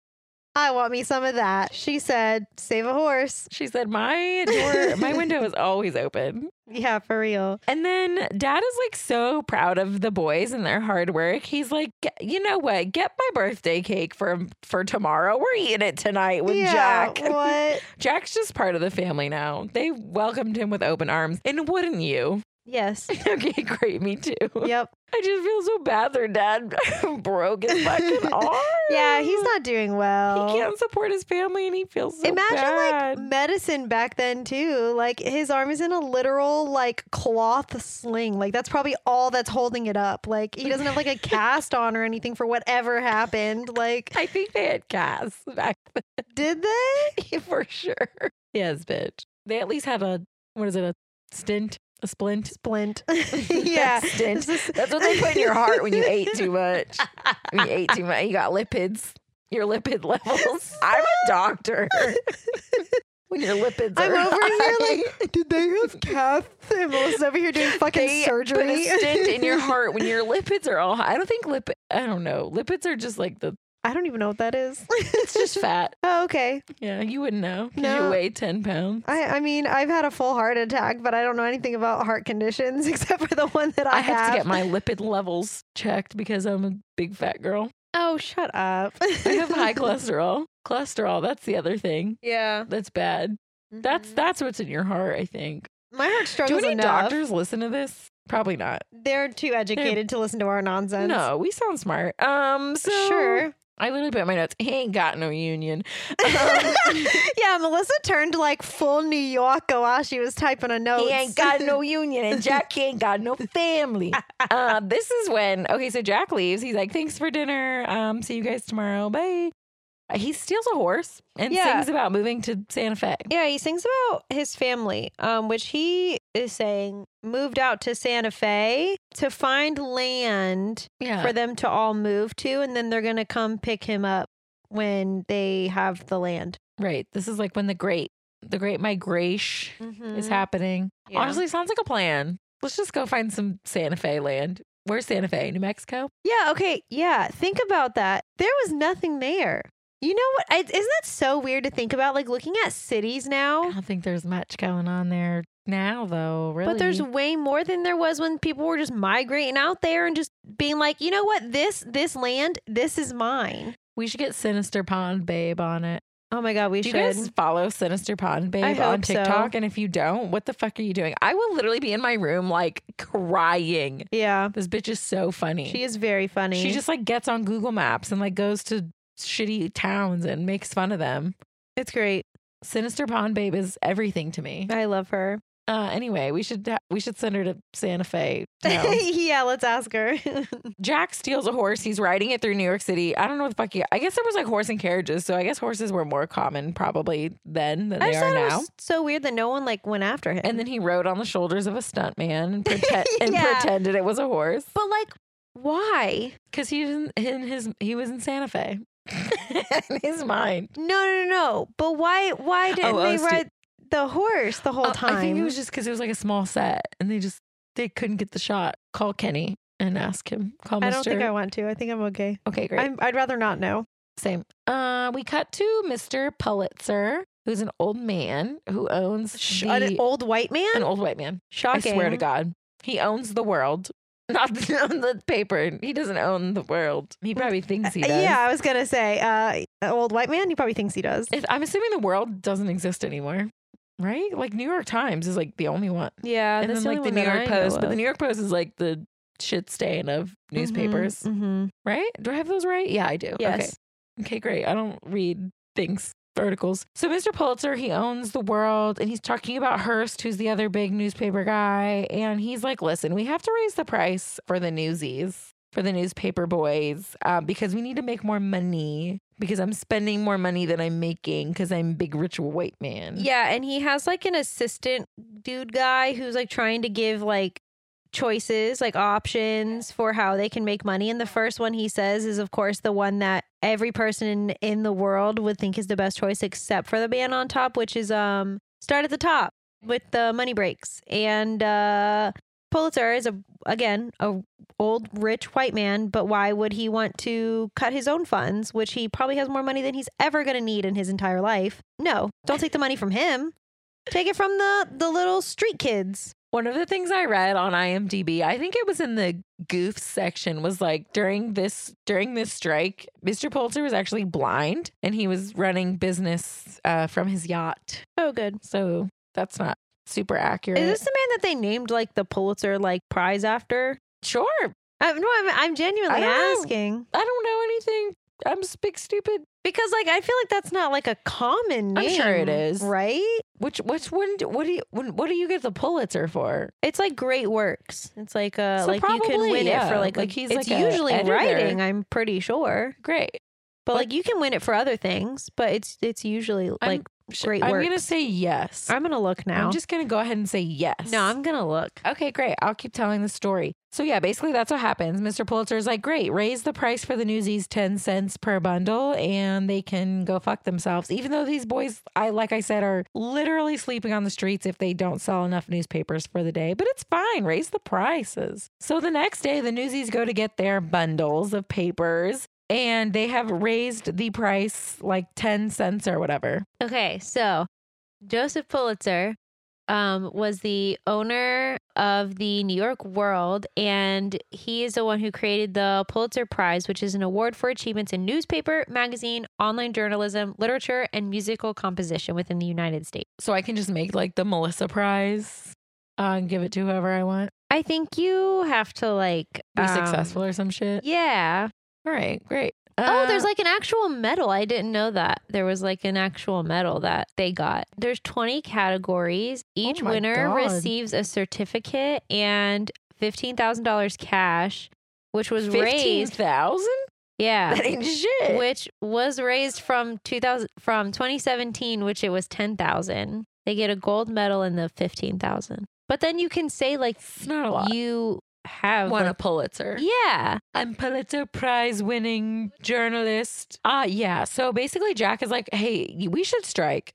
"I want me some of that." She said, "Save a horse." She said, "My door, my window is always open." Yeah, for real. And then dad is like so proud of the boys and their hard work. He's like, "Get- you know what? Get my birthday cake for for tomorrow. We're eating it tonight with yeah, Jack. What? Jack's just part of the family now. They welcomed him with open arms. And wouldn't you? Yes. Okay, great, me too. Yep. I just feel so bad their dad broke his fucking arm. Yeah, he's not doing well. He can't support his family and he feels so Imagine bad. like medicine back then too. Like his arm is in a literal like cloth sling. Like that's probably all that's holding it up. Like he doesn't have like a cast on or anything for whatever happened. Like I think they had gas back did they? then for sure. Yes, bitch. They at least had a what is it, a stint? A splint? Splint. yeah. A stint. This is- That's what they put in your heart when you ate too much. When you ate too much, you got lipids. Your lipid levels. I'm a doctor. when your lipids I'm are over high, here like, did they have casts? And Melissa's over here doing fucking they surgery. Put a stint in your heart when your lipids are all high. I don't think lip. I don't know. Lipids are just like the. I don't even know what that is. It's just fat. oh, okay. Yeah, you wouldn't know. 'cause No. You weigh ten pounds. I, I mean, I've had a full heart attack, but I don't know anything about heart conditions except for the one that I, I, have, to get my lipid levels checked because I'm a big fat girl. Oh, shut up. I have high cholesterol. Cholesterol. That's the other thing. Yeah. That's bad. That's that's what's in your heart. I think. My heart Do struggles any Mm-hmm. enough. doctors listen to this? Probably not. They're too educated to listen to our nonsense. No, we sound smart. Um, so Sure. I literally put in my notes. He ain't got no union. um, Um, yeah, Melissa turned like full New York while she was typing a note. He ain't got no union and Jack ain't got no family. Uh, this is when, okay, so Jack leaves. He's like, thanks for dinner. Um, see you guys tomorrow. Bye. Uh, He steals a horse and Yeah. sings about moving to Santa Fe. Yeah, he sings about his family, um, which he is saying moved out to Santa Fe to find land Yeah. for them to all move to, and then they're gonna come pick him up when they have the land. Right. This is like when the great the great migration is happening. Yeah. Honestly, sounds like a plan. Let's just go find some Santa Fe land. Where's Santa Fe? New Mexico? Yeah. Okay. Yeah. Think about that. There was nothing there. You know what? I, isn't that so weird to think about? Like looking at cities now, I don't think there's much going on there now though, really. but there's way more than there was when people were just migrating out there and just being like, you know what? This this land, this is mine. we should get Sinister Pond Babe on it. Oh my god, we Do you should. guys follow Sinister Pond Babe on hope so. TikTok? And if you don't, what the fuck are you doing? I will literally be in my room like crying. yeah. This bitch is so funny. She is very funny. She just like gets on Google Maps and like goes to shitty towns and makes fun of them. it's great. Sinister Pond Babe is everything to me. I love her. Uh, anyway, we should ha- we should send her to Santa Fe. town. yeah, let's ask her. Jack steals a horse. He's riding it through New York City. I don't know what the fuck. He, I guess there was like horse and carriages, so I guess horses were more common probably then than I they just are thought it now. was so weird that no one like went after him. And then he rode on the shoulders of a stuntman and, prete- and Yeah. pretended it was a horse but like, why? because he was in, in his he was in Santa Fe in his mind. No, no, no, no. But why? Why didn't oh, they Steve- ride the horse the whole Uh, time? I think it was just because it was like a small set, and they just they couldn't get the shot. Call Kenny and ask him. Call Mr. I don't think I want to. I think I'm okay. okay, great. I'm, I'd rather not know. Same. Uh, we cut to Mr. Pulitzer, who's an old man who owns Sh- the- an old white man. an old white man. Shocking. I swear to God, he owns the world. Not the, the paper. He doesn't own the world. He probably thinks he Uh, does. Yeah, I was gonna say, uh, an old white man. He probably thinks he does. If, I'm assuming the world doesn't exist anymore, right? Like New York Times is like the only one. Yeah, and then like the New York Post, but the New York Post is like the shit stain of Mm-hmm, newspapers, right? Do I have those right? Yeah, I do. Yes. Okay. okay, great. I don't read things articles. So Mr. Pulitzer, he owns the world and he's talking about Hearst, who's the other big newspaper guy, and he's like, "Listen, we have to raise the price for the newsies." For the newspaper boys, uh, because we need to make more money. Because I'm spending more money than I'm making. Because I'm big rich white man. Yeah, and he has like an assistant dude guy who's like trying to give like choices, like options for how they can make money. And the first one he says is, of course, the one that every person in, in the world would think is the best choice, except for the man on top, which is um start at the top with the money breaks. And uh Pulitzer is a again a old rich white man, but why would he want to cut his own funds, which he probably has more money than he's ever going to need in his entire life? No, don't take the money from him. Take it from the the little street kids. One of the things I read on IMDb, I think it was in the goof section, was like during this during this strike, Mr. Pulitzer was actually blind and he was running business uh, from his yacht. Oh, good. So that's not super accurate. Is this the man that they named like the Pulitzer like prize after? sure? I, no, I'm I'm genuinely I don't know. asking I don't know anything. I'm s- big stupid. because like I feel like that's not like a common I'm name. sure it is. right? Which which one? do- What do you when, what do you get the Pulitzer for? It's like great works. It's like uh So like you can probably, win it yeah. for like, Like, a, he's it's like a usually editor. writing. I'm pretty sure. Great. But Like- like, you can win it for other things, but it's it's usually like Sh- great I'm work. gonna say yes. I'm gonna look now. I'm just gonna go ahead and say yes. no, I'm gonna look. Okay, great. I'll keep telling the story. So yeah, basically that's what happens. Mr. Pulitzer's like, great, raise the price for the newsies ten cents per bundle, and they can go fuck themselves. Even though these boys, I like I said, are literally sleeping on the streets if they don't sell enough newspapers for the day. But it's fine. Raise the prices. So the next day, the newsies go to get their bundles of papers, and they have raised the price like ten cents or whatever. Uh, Okay, so Joseph Pulitzer um, was the owner of the New York World, and he is the one who created the Pulitzer Prize, which is an award for achievements in newspaper, magazine, online journalism, literature, and musical composition within the United States. So I can just make like the Melissa Prize. Uh, and give it to whoever I want. I think you have to like be um, successful or some shit. Yeah. All right, great. Oh, there's Uh, like an actual medal. I didn't know that. There was like an actual medal that they got. There's 20 categories. Each Oh my winner God. receives a certificate and $15,000 cash, which was raised. Uh, thousand. Yeah. That ain't shit. Which was raised from 2000 from 2017, which it was 10,000. They get a gold medal in the 15,000. But then you can say like it's not a lot. you have won a like, Pulitzer. yeah I'm Pulitzer Prize winning journalist. Uh yeah. So basically Jack is like, hey, we should strike.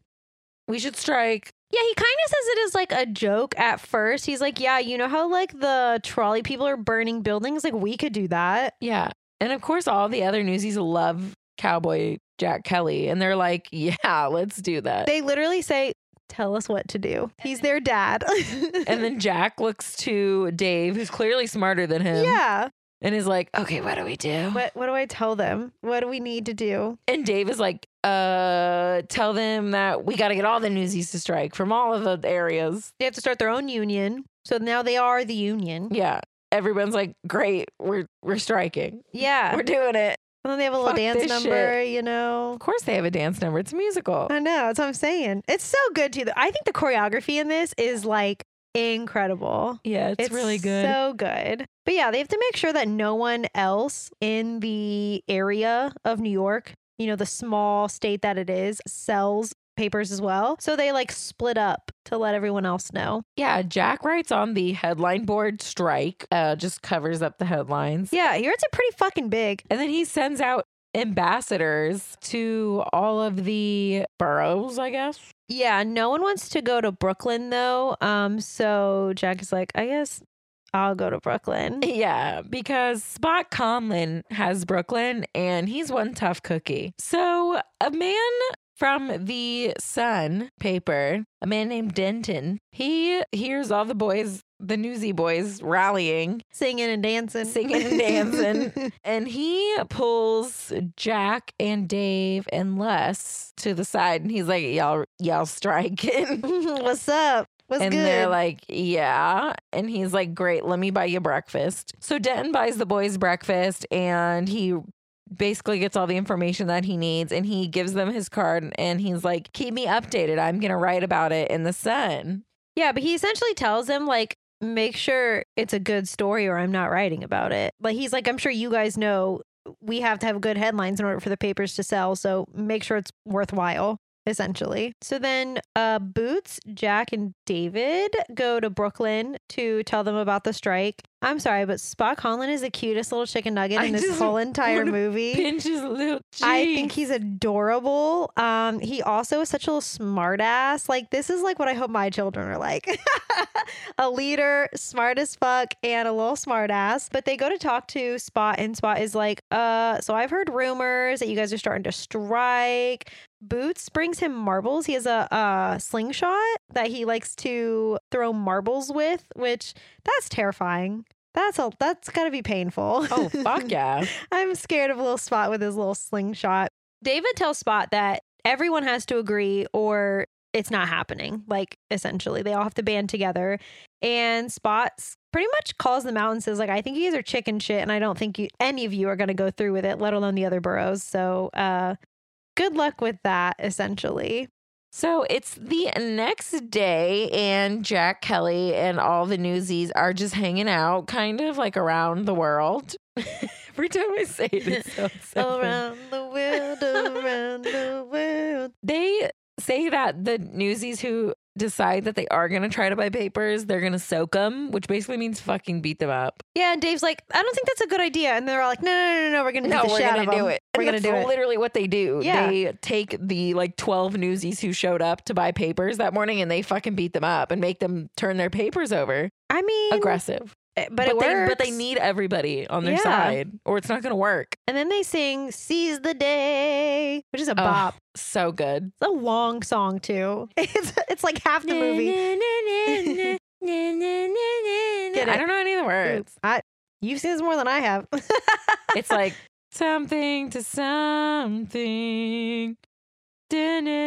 We should strike. Yeah, he kind of says it as like a joke at first. He's like, "Yeah, you know how like the trolley people are burning buildings? Like we could do that." Yeah. And of course all the other newsies love cowboy Jack Kelly. And they're like, Yeah, let's do that. They literally say, "Tell us what to do." He's their dad. and then Jack looks to Dave, who's clearly smarter than him. yeah, And is like, Okay, what do we do? what what do I tell them? What do we need to do? And Dave is like, uh, tell them that we gotta get all the newsies to strike from all of the areas. They have to start their own union. So now they are the union. Yeah. Everyone's like, Great, we're we're striking. Yeah. We're doing it. And then they have a little Fuck dance this number, you know. Of course, they have a dance number. It's a musical. I know, that's what I'm saying. It's so good too. I think the choreography in this is like incredible. Yeah, it's, really good. So good. But yeah, they have to make sure that no one else in the area of New York, you know, the small state that it is, sells papers as well. So they like split up to let everyone else know. yeah, Jack writes on the headline board strike, uh, just covers up the headlines. Yeah, here it's a pretty fucking big. And then he sends out ambassadors to all of the boroughs, I guess. Yeah, no one wants to go to Brooklyn though. Um, so Jack is like, I guess I'll go to Brooklyn. Yeah, because Spot Conlin has Brooklyn and he's one tough cookie. So a man from the Sun paper, a man named Denton, he hears all the boys, the newsy boys, rallying Singing and dancing. Singing and dancing. And he pulls Jack and Dave and Les to the side, and he's like, "Y'all, y'all striking." What's up? What's and good? they're like, "Yeah." And he's like, "Great, let me buy you breakfast." So Denton buys the boys breakfast, and he basically gets all the information that he needs, and he gives them his card, and he's like, "Keep me updated. I'm gonna write about it in the Sun." Yeah, but he essentially tells him like make sure it's a good story or I'm not writing about it. Like he's like I'm sure you guys know we have to have good headlines in order for the papers to sell, so make sure it's worthwhile essentially. So then uh Boots, Jack and David go to Brooklyn to tell them about the strike. I'm sorry, but Spock Holland is the cutest little chicken nugget I in this just whole entire wanna movie. Pinches little cheek. I think he's adorable. Um, he also is such a little smart ass. Like, this is like what I hope my children are like. a leader, smart as fuck, and a little smart ass. But they go to talk to Spot, and Spot is like, uh, so I've heard rumors that you guys are starting to strike. Boots brings him marbles. He has a uh, slingshot that he likes to throw marbles with, which that's terrifying. That's a that's gotta be painful. oh fuck yeah. I'm scared of little Spot with his little slingshot. David tells Spot that everyone has to agree or it's not happening. Like essentially, they all have to band together. And Spot s- pretty much calls them out and says like, "I think you guys are chicken shit, and I don't think you, any of you are going to go through with it, let alone the other boroughs." So, uh, good luck with that. Essentially, So it's the next day, and Jack Kelly and all the newsies are just hanging out, kind of like around the world. Every time I say it, it sounds so funny. around the world, around the world. They say that the newsies who decide that they are going to try to buy papers, they're going to soak them, which basically means fucking beat them up. Yeah, and Dave's like, "I don't think that's a good idea," and they're all like, "No, no, no, no, no we're going to No, the we're shit out gonna of do 'em. it. We're And going to that's do it." Literally, what they do. Yeah. They take the like twelve newsies who showed up to buy papers that morning, and they fucking beat them up and make them turn their papers over. I mean, Aggressive. eh, But, it they, works. But they need everybody on their Yeah. side, or it's not going to work. And then they sing "Seize the Day," which is a bop. So good. It's a long song too. It's it's like half the movie. I Get it? don't know any of the words. I, you've seen this more than I have. It's like something to something.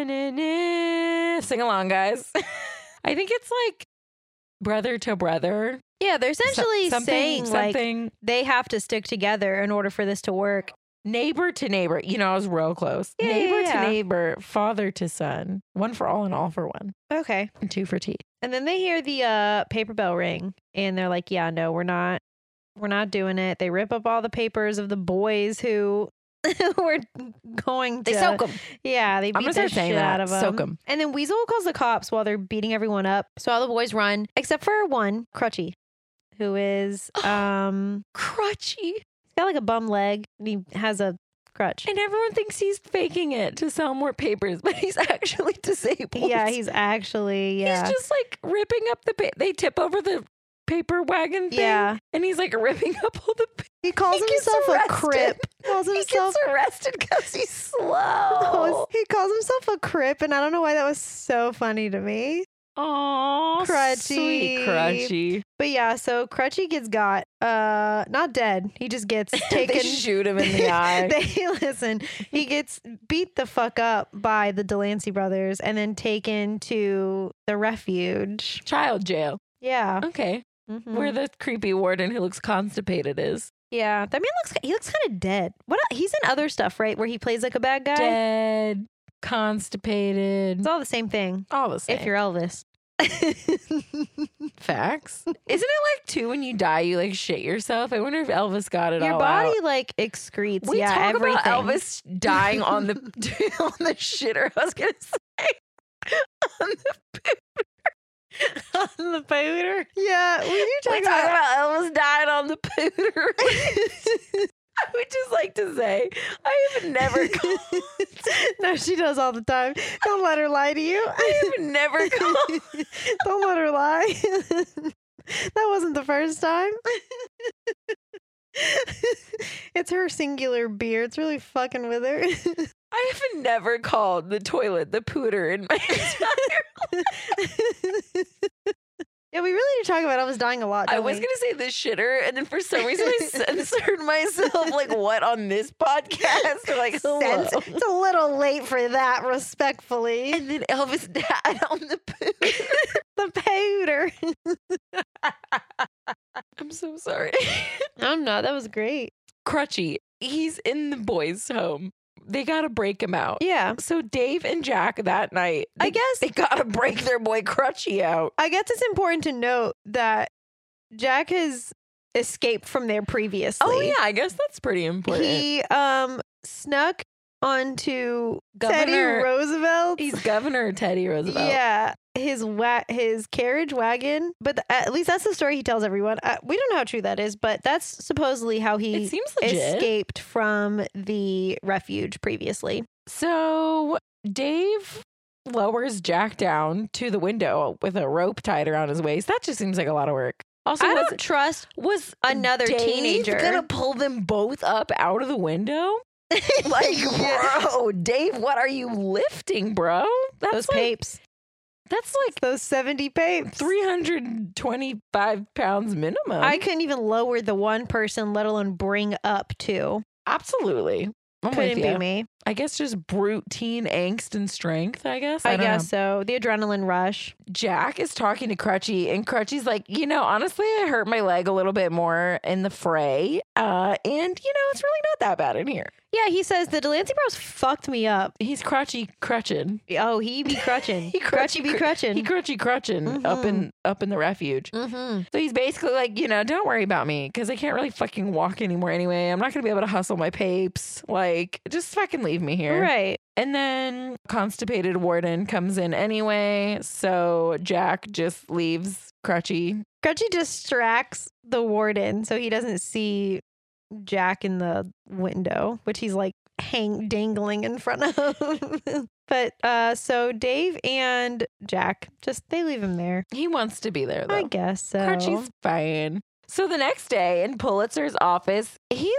Da-na-na-na. Sing along, guys. I think it's like brother to brother. yeah, they're So- essentially something, saying like something they have to stick together in order for this to work. neighbor to neighbor. You know, I was real close. Yeah, yeah, neighbor yeah. to neighbor, father to son. One for all and all for one. Okay. And two for tea. And then they hear the uh, paper bell ring, and they're like, "Yeah, no, we're not, we're not doing it." They rip up all the papers of the boys who were going to. them. Yeah, they beat I'm gonna the start shit saying out that. of them. Soak 'em. And then Weasel calls the cops while they're beating everyone up. So all the boys run, except for one, Crutchy, who is um Crutchy. he's got like a bum leg and he has a crutch. And everyone thinks he's faking it to sell more papers, but he's actually disabled. Yeah, he's actually yeah. He's just like ripping up the pa- they tip over the paper wagon thing yeah. and he's like ripping up all the pa- He He calls gets himself a arrested. crip. Calls he himself gets arrested because he's Oh, slow. he calls himself a crip, and I don't know why that was so funny to me. Oh, Crutchy. sweet crutchy. But yeah, so Crutchy gets got, uh, not dead. He just gets taken. they shoot him in the eye. they listen. He gets beat the fuck up by the Delancey brothers, and then taken to the refuge. Child jail. Yeah, Okay. Mhm. Where the creepy warden who looks constipated is. yeah. That man looks. He looks kind of dead. What? el- He's in other stuff, right? Where he plays like a bad guy. Dead, constipated. It's all the same thing. All the same. If you're Elvis. Facts. Isn't it like too when you die you like shit yourself? I wonder if Elvis got it Your all body out. like excretes. We yeah, talk everything. about Elvis dying on the on the shitter. I was gonna say on the pooter. on the pooter. Yeah, we do talk We talk about. about Elvis dying on the pooter. I would just like to say I have never called no, she does all the time. Don't let her lie to you. I have never called Don't let her lie. that wasn't the first time. it's her singular beer. It's really fucking with her. I have never called the toilet the pooter in my entire yeah, we really do talk about Elvis dying a lot. I don't was we? gonna say the shitter, and then for some reason I censored myself. Like what on this podcast? Like hello. Sense- It's a little late for that, respectfully. And then Elvis died on the poo. The powder. I'm so sorry. I'm not. That was great. Crutchy, he's in the boys' home. They gotta break him out. Yeah. So Dave and Jack that night, I they- guess they gotta break their boy Crutchy out. I guess it's important to note that Jack has escaped from there previously. Oh yeah, I guess that's pretty important. He um snuck onto Teddy Governor- Roosevelt. he's Governor Teddy Roosevelt. Yeah. His wa- his carriage wagon, but th- at least that's the story he tells everyone. Uh, we don't know how true that is, but that's supposedly how It he seems legit. escaped from the refuge previously. So Dave lowers Jack down to the window with a rope tied around his waist. That just seems like a lot of work. Also, I was, don't trust was another Dave teenager. gonna pull them both up out of the window? Like, Yeah. bro, Dave, what are you lifting, bro? That's those like papes, that's like those seventy papes. three hundred twenty-five pounds minimum. I couldn't even lower the one person, let alone bring up two. absolutely. I'm with couldn't be ya. me. I guess just brute teen angst and strength. I guess. I, don't know. guess so. The adrenaline rush. Jack is talking to Crutchy, and Crutchy's like, you know, honestly, I hurt my leg a little bit more in the fray. Uh, and, you know, it's really not that bad in here. Yeah, he says the Delancey Bros fucked me up. He's Crutchy crutching. Oh, he be crutching. He crutchy be He crutching. crutchy crutching up in up in the refuge. mm-hmm. So he's basically like, you know, don't worry about me because I can't really fucking walk anymore anyway. I'm not gonna be able to hustle my papes. Like, just fucking leave me here. Right. And then constipated warden comes in anyway. So Jack just leaves Crutchy Crutchy distracts the warden so he doesn't see Jack in the window, which he's like hang dangling in front of. but uh so Dave and Jack just they leave him there. He wants to be there though. I guess so. Crutchy's fine. So the next day in Pulitzer's office, he's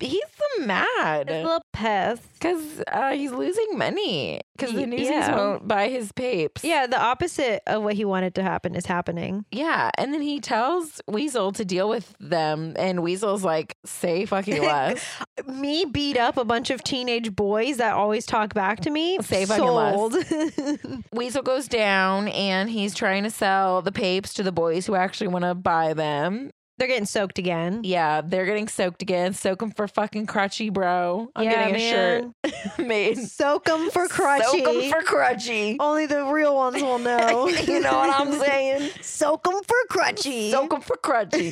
he's His mad little pest. because uh, he's losing money because Y- the newsies yeah. won't buy his papes. Yeah, the opposite of what he wanted to happen is happening. Yeah, and then he tells Weasel to deal with them, and Weasel's like, "Say fucking less." Me beat up a bunch of teenage boys that always talk back to me. Say fucking less. Sold. Weasel goes down, and he's trying to sell the papes to the boys who actually want to buy them. They're getting soaked again. Yeah, they're getting soaked again. Soak 'em for fucking crutchy, bro. I'm yeah, getting a man. shirt made Soak them for crutchy. Oh, Soak 'em for crutchy. Only the real ones will know. you know what I'm saying? Soak them for crutchy. Soak 'em for crutchy.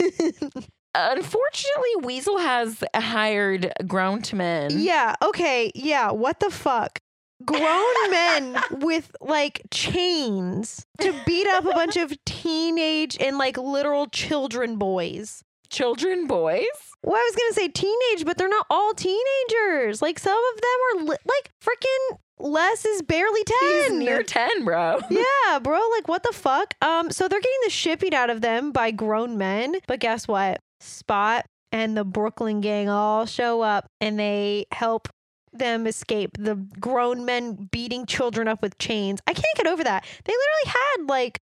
Unfortunately, Weasel has hired grown men. yeah. Okay. Yeah. What the fuck? grown men with like chains to beat up a bunch of teenage and like literal children boys. Children, boys. Well, I was gonna say teenage, but they're not all teenagers. Like some of them are li- like freaking Les is barely He's ten. near 10, bro. yeah, bro. Like what the fuck? Um, so they're getting the shit beat out of them by grown men. But guess what? Spot and the Brooklyn gang all show up and they help them escape the grown men beating children up with chains. I can't get over that. They literally had like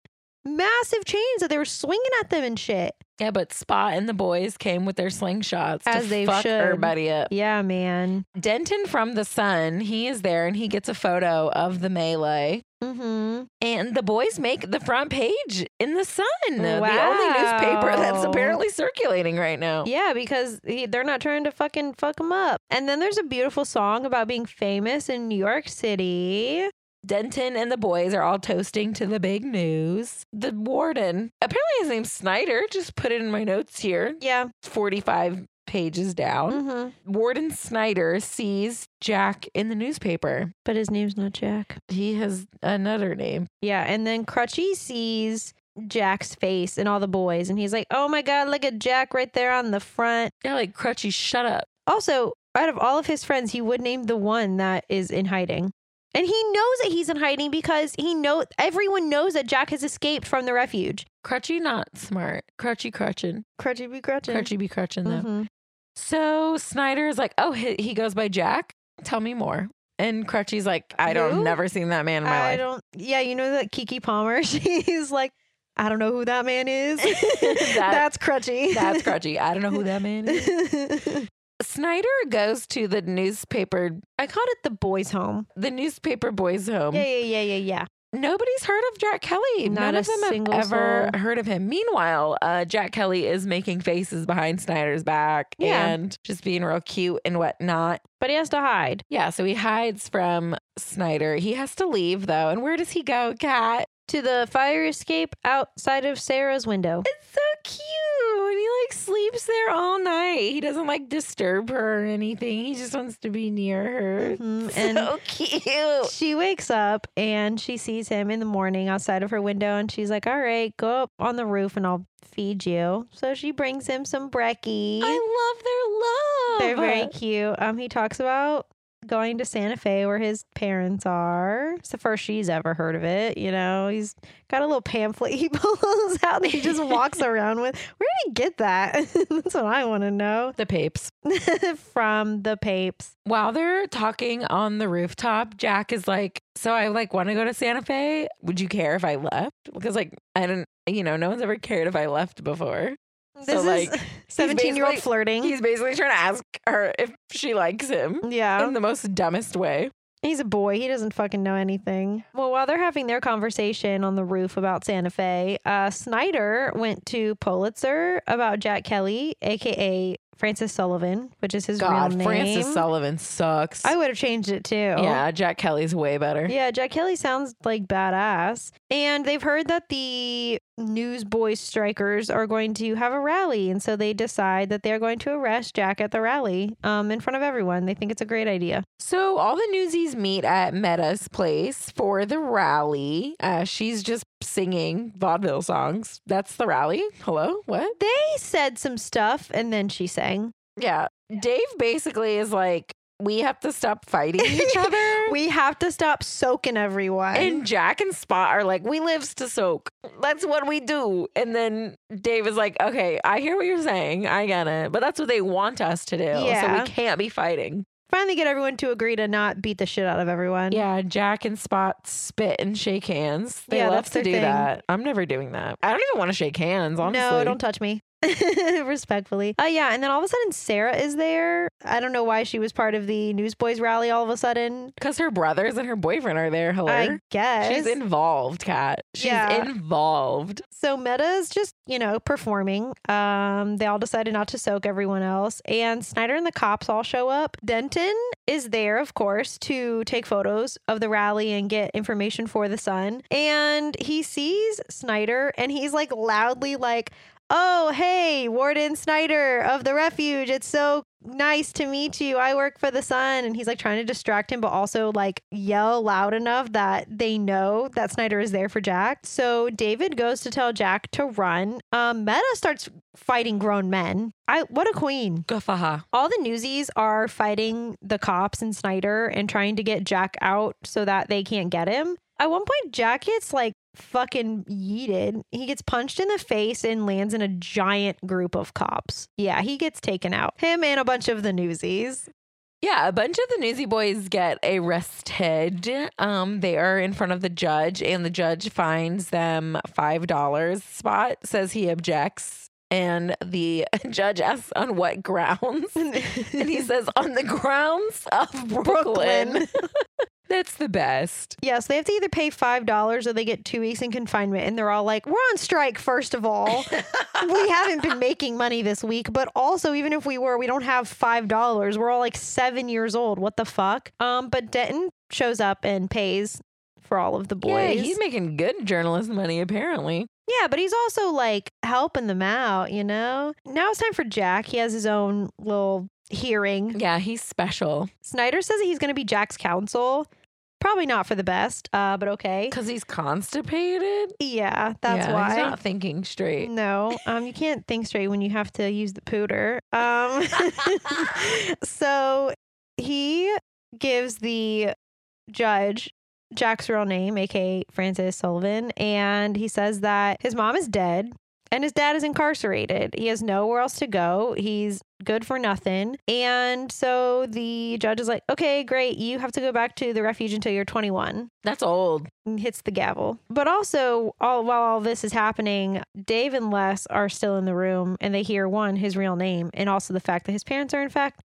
massive chains that they were swinging at them and shit. Yeah, but Spot and the boys came with their slingshots As to they fuck should. everybody up. Yeah, man. Denton from the Sun, he is there and he gets a photo of the melee. Mm-hmm. And the boys make the front page in the Sun, the only newspaper that's Wow. apparently circulating right now. Yeah, because he, they're not trying to fucking fuck them up. And then there's a beautiful song about being famous in New York City. Denton and the boys are all toasting to the big news. The warden, apparently his name's Snyder, just put it in my notes here, Yeah. 45 pages down. hmm Warden Snyder sees Jack in the newspaper. But his name's not Jack. He has another name. Yeah. And then Crutchy sees Jack's face and all the boys, and he's like, oh my God, look at Jack right there on the front. Yeah, like Crutchy, shut up. Also, out of all of his friends, he would name the one that is in hiding. And he knows that he's in hiding because he know everyone knows that Jack has escaped from the refuge. Crutchy, not smart. Crutchy, crutchin. Crutchy be crutching. Crutchy be crutchin, though. Mhm. So Snyder is like, oh, he, he goes by Jack. Tell me more. And Crutchy's like, I don't, Who? never seen that man in my I life. don't. Yeah, you know that Kiki Palmer. She's like, I don't know who that man is. That- that's crutchy. That's Crutchy. I don't know who that man is. Snyder goes to the newspaper, I called it the boys' home. the newspaper boys' home. Yeah, yeah, yeah, yeah, yeah. Nobody's heard of Jack Kelly. Not None a of them have single ever heard of him. Meanwhile, uh, Jack Kelly is making faces behind Snyder's back Yeah. and just being real cute and whatnot. But he has to hide. Yeah, so he hides from Snyder. He has to leave though. And where does he go, Kat? To the fire escape outside of Sarah's window. It's so cute. And he like sleeps there all night. He doesn't like disturb her or anything. He just wants to be near her. Mhm, so cute. She wakes up and she sees him in the morning outside of her window and she's like, All right, go up on the roof and I'll feed you. So she brings him some brekkie. I love their They're love. very cute. Um, he talks about going to Santa Fe where his parents are. It's the first she's ever heard of it. You know, he's got a little pamphlet he pulls out that he just walks around with. Where did he get that? That's what I want to know. the papes. From the papes. While they're talking on the rooftop, Jack is like, "So I like want to go to Santa Fe. Would you care if I left? Because like I don't, you know, no one's ever cared if I left before." This So, is like, seventeen-year-old basically- flirting. He's basically trying to ask her if she likes him yeah. in the most dumbest way. He's a boy. He doesn't fucking know anything. Well, while they're having their conversation on the roof about Santa Fe, uh, Snyder went to Pulitzer about Jack Kelly, aka Francis Sullivan, which is his real God, name. Francis Sullivan sucks. I would have changed it too. yeah, Jack Kelly's way better. Yeah, Jack Kelly sounds like badass. And they've heard that the newsboy strikers are going to have a rally. And so they decide that they're going to arrest Jack at the rally um, in front of everyone. They think it's a great idea. So all the newsies meet at Meta's place for the rally. Uh, she's just singing vaudeville songs. That's the rally. Hello, what? They said some stuff and then she sang. Yeah. Dave basically is like, we have to stop fighting each other. We have to stop soaking everyone. and Jack and Spot are like, we lives to soak. That's what we do. And then Dave is like, okay, I hear what you're saying. I get it. But that's what they want us to do. So Yeah. we can't be fighting. finally get everyone to agree to not beat the shit out of everyone. Yeah. Jack and Spot spit and shake hands. They Yeah, love that's to their do thing. that. I'm never doing that. I don't even want to shake hands, honestly. No, don't touch me. Respectfully. Oh, yeah. And then all of a sudden, Sarah is there. I don't know why she was part of the Newsboys rally all of a sudden. Because her brothers and her boyfriend are there. Hello. I guess. She's involved, Kat. She's Yeah. involved. so Meta's just, you know, performing. Um, they all decided not to soak everyone else. And Snyder and the cops all show up. Denton is there, of course, to take photos of the rally and get information for the sun. And he sees Snyder and he's like loudly like, Oh, hey, Warden Snyder of the refuge. It's so nice to meet you. I work for the sun. And he's like trying to distract him, but also like yell loud enough that they know that Snyder is there for Jack. So David goes to tell Jack to run. Um, Meta starts fighting grown men. I what a queen. Gafaha. All the newsies are fighting the cops and Snyder and trying to get Jack out so that they can't get him. At one point, Jack gets like fucking yeeted. He gets punched in the face and lands in a giant group of cops. Yeah, he gets taken out. Him and a bunch of the newsies. Yeah, a bunch of the newsy boys get arrested. Um, they are in front of the judge, and the judge fines them five dollars. Spot says he objects, and the judge asks on what grounds, and he says on the grounds of Brooklyn. Brooklyn. That's the best. Yeah, so they have to either pay five dollars or they get two weeks in confinement, and they're all like, "We're on strike, first of all. we haven't been making money this week, but also even if we were, we don't have five dollars. We're all like seven years old. What the fuck?" Um, but Denton shows up and pays for all of the Boy, boys. he's making good journalist money apparently. Yeah, but he's also like helping them out, you know? Now it's time for Jack. He has his own little hearing. Yeah, he's special Snyder says that he's going to be Jack's counsel. Probably not for the best, uh, but okay. because he's constipated. Yeah, that's Yeah, why. he's not thinking straight. No, um, you can't think straight when you have to use the pooter. Um, so he gives the judge Jack's real name, aka Francis Sullivan, and he says that his mom is dead and his dad is incarcerated. He has nowhere else to go. He's good for nothing. And so the judge is like, okay, great. You have to go back to the refuge until you're 21 That's old. and hits the gavel. But also, all while all this is happening, Dave and Les are still in the room and they hear one, his real name, and also the fact that his parents are, in fact,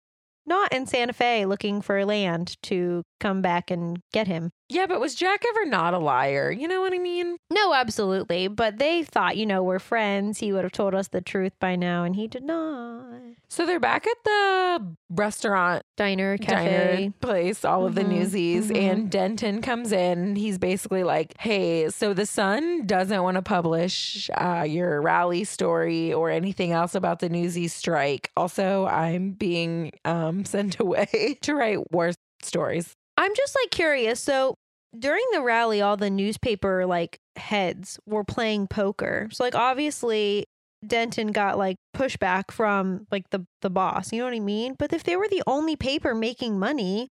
not in Santa Fe looking for land to come back and get him. Yeah, but was Jack ever not a liar? You know what I mean? No, absolutely. But they thought, you know, we're friends. He would have told us the truth by now, and he did not. So they're back at the restaurant Diner, cafe. diner place, all of the Mhm, newsies, mhm. and Denton comes in. and He's basically like, "Hey, so the Sun doesn't want to publish uh, your rally story or anything else about the newsies strike. Also, I'm being um, sent away to write war stories." I'm just like curious. So during the rally, all the newspaper like heads were playing poker. So like obviously Denton got like pushback from like the the boss. You know what I mean? But if they were the only paper making money,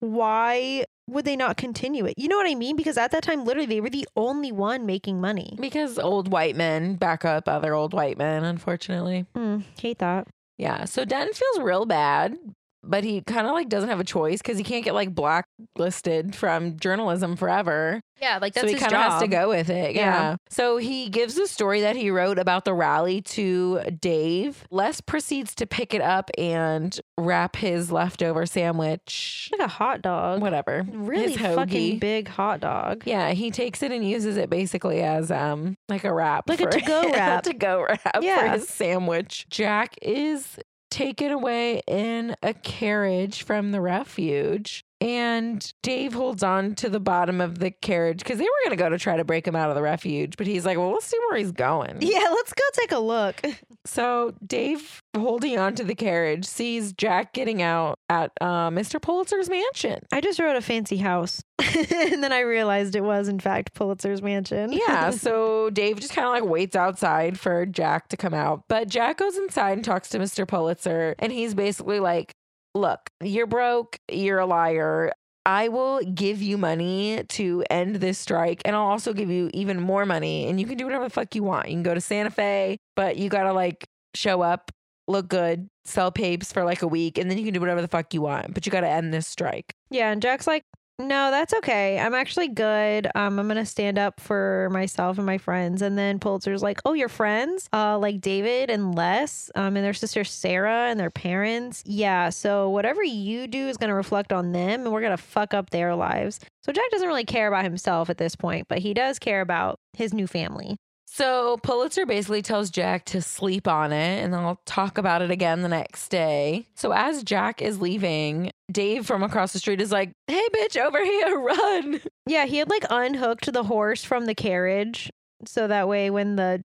why would they not continue it? You know what I mean? Because at that time, literally, they were the only one making money. Because old white men back up other old white men, unfortunately. Mm, hate that. Yeah. So Denton feels real bad, but he kind of like doesn't have a choice because he can't get like blacklisted from journalism forever. Yeah, like so he kind of has to go with it. Yeah. Yeah. So he gives the story that he wrote about the rally to Dave. Les proceeds to pick it up and wrap his leftover sandwich, Like a hot dog, whatever. really his fucking hoagie. big hot dog. Yeah, he takes it and uses it basically as um like a wrap, Like a for- to-go wrap. to go wrap for Yeah. his sandwich. Jack is taken away in a carriage from the refuge, and Dave holds on to the bottom of the carriage because they were gonna go to try to break him out of the refuge, but he's like, well, let's see where he's going. Yeah, let's go take a look. So Dave, holding on to the carriage, sees Jack getting out at uh, Mr. Pulitzer's mansion. I just wrote a fancy house. and then I realized it was, in fact, Pulitzer's mansion. yeah. So Dave just kind of like waits outside for Jack to come out. But Jack goes inside and talks to Mr. Pulitzer. And he's basically like, look, you're broke. You're a liar. I will give you money to end this strike. And I'll also give you even more money. And you can do whatever the fuck you want. You can go to Santa Fe, but you got to like show up, look good, sell papes for like a week. And then you can do whatever the fuck you want. But you got to end this strike. yeah. And Jack's like, no, that's okay. I'm actually good. Um, I'm going to stand up for myself and my friends. And then Pulitzer's like, oh, your friends? Uh, like David and Les um, and their sister Sarah and their parents. Yeah. So whatever you do is going to reflect on them and we're going to fuck up their lives. So Jack doesn't really care about himself at this point, but he does care about his new family. So Pulitzer basically tells Jack to sleep on it and I'll talk about it again the next day. So as Jack is leaving, Dave from across the street is like, Hey bitch, over here, run. Yeah, he had like unhooked the horse from the carriage so that way when the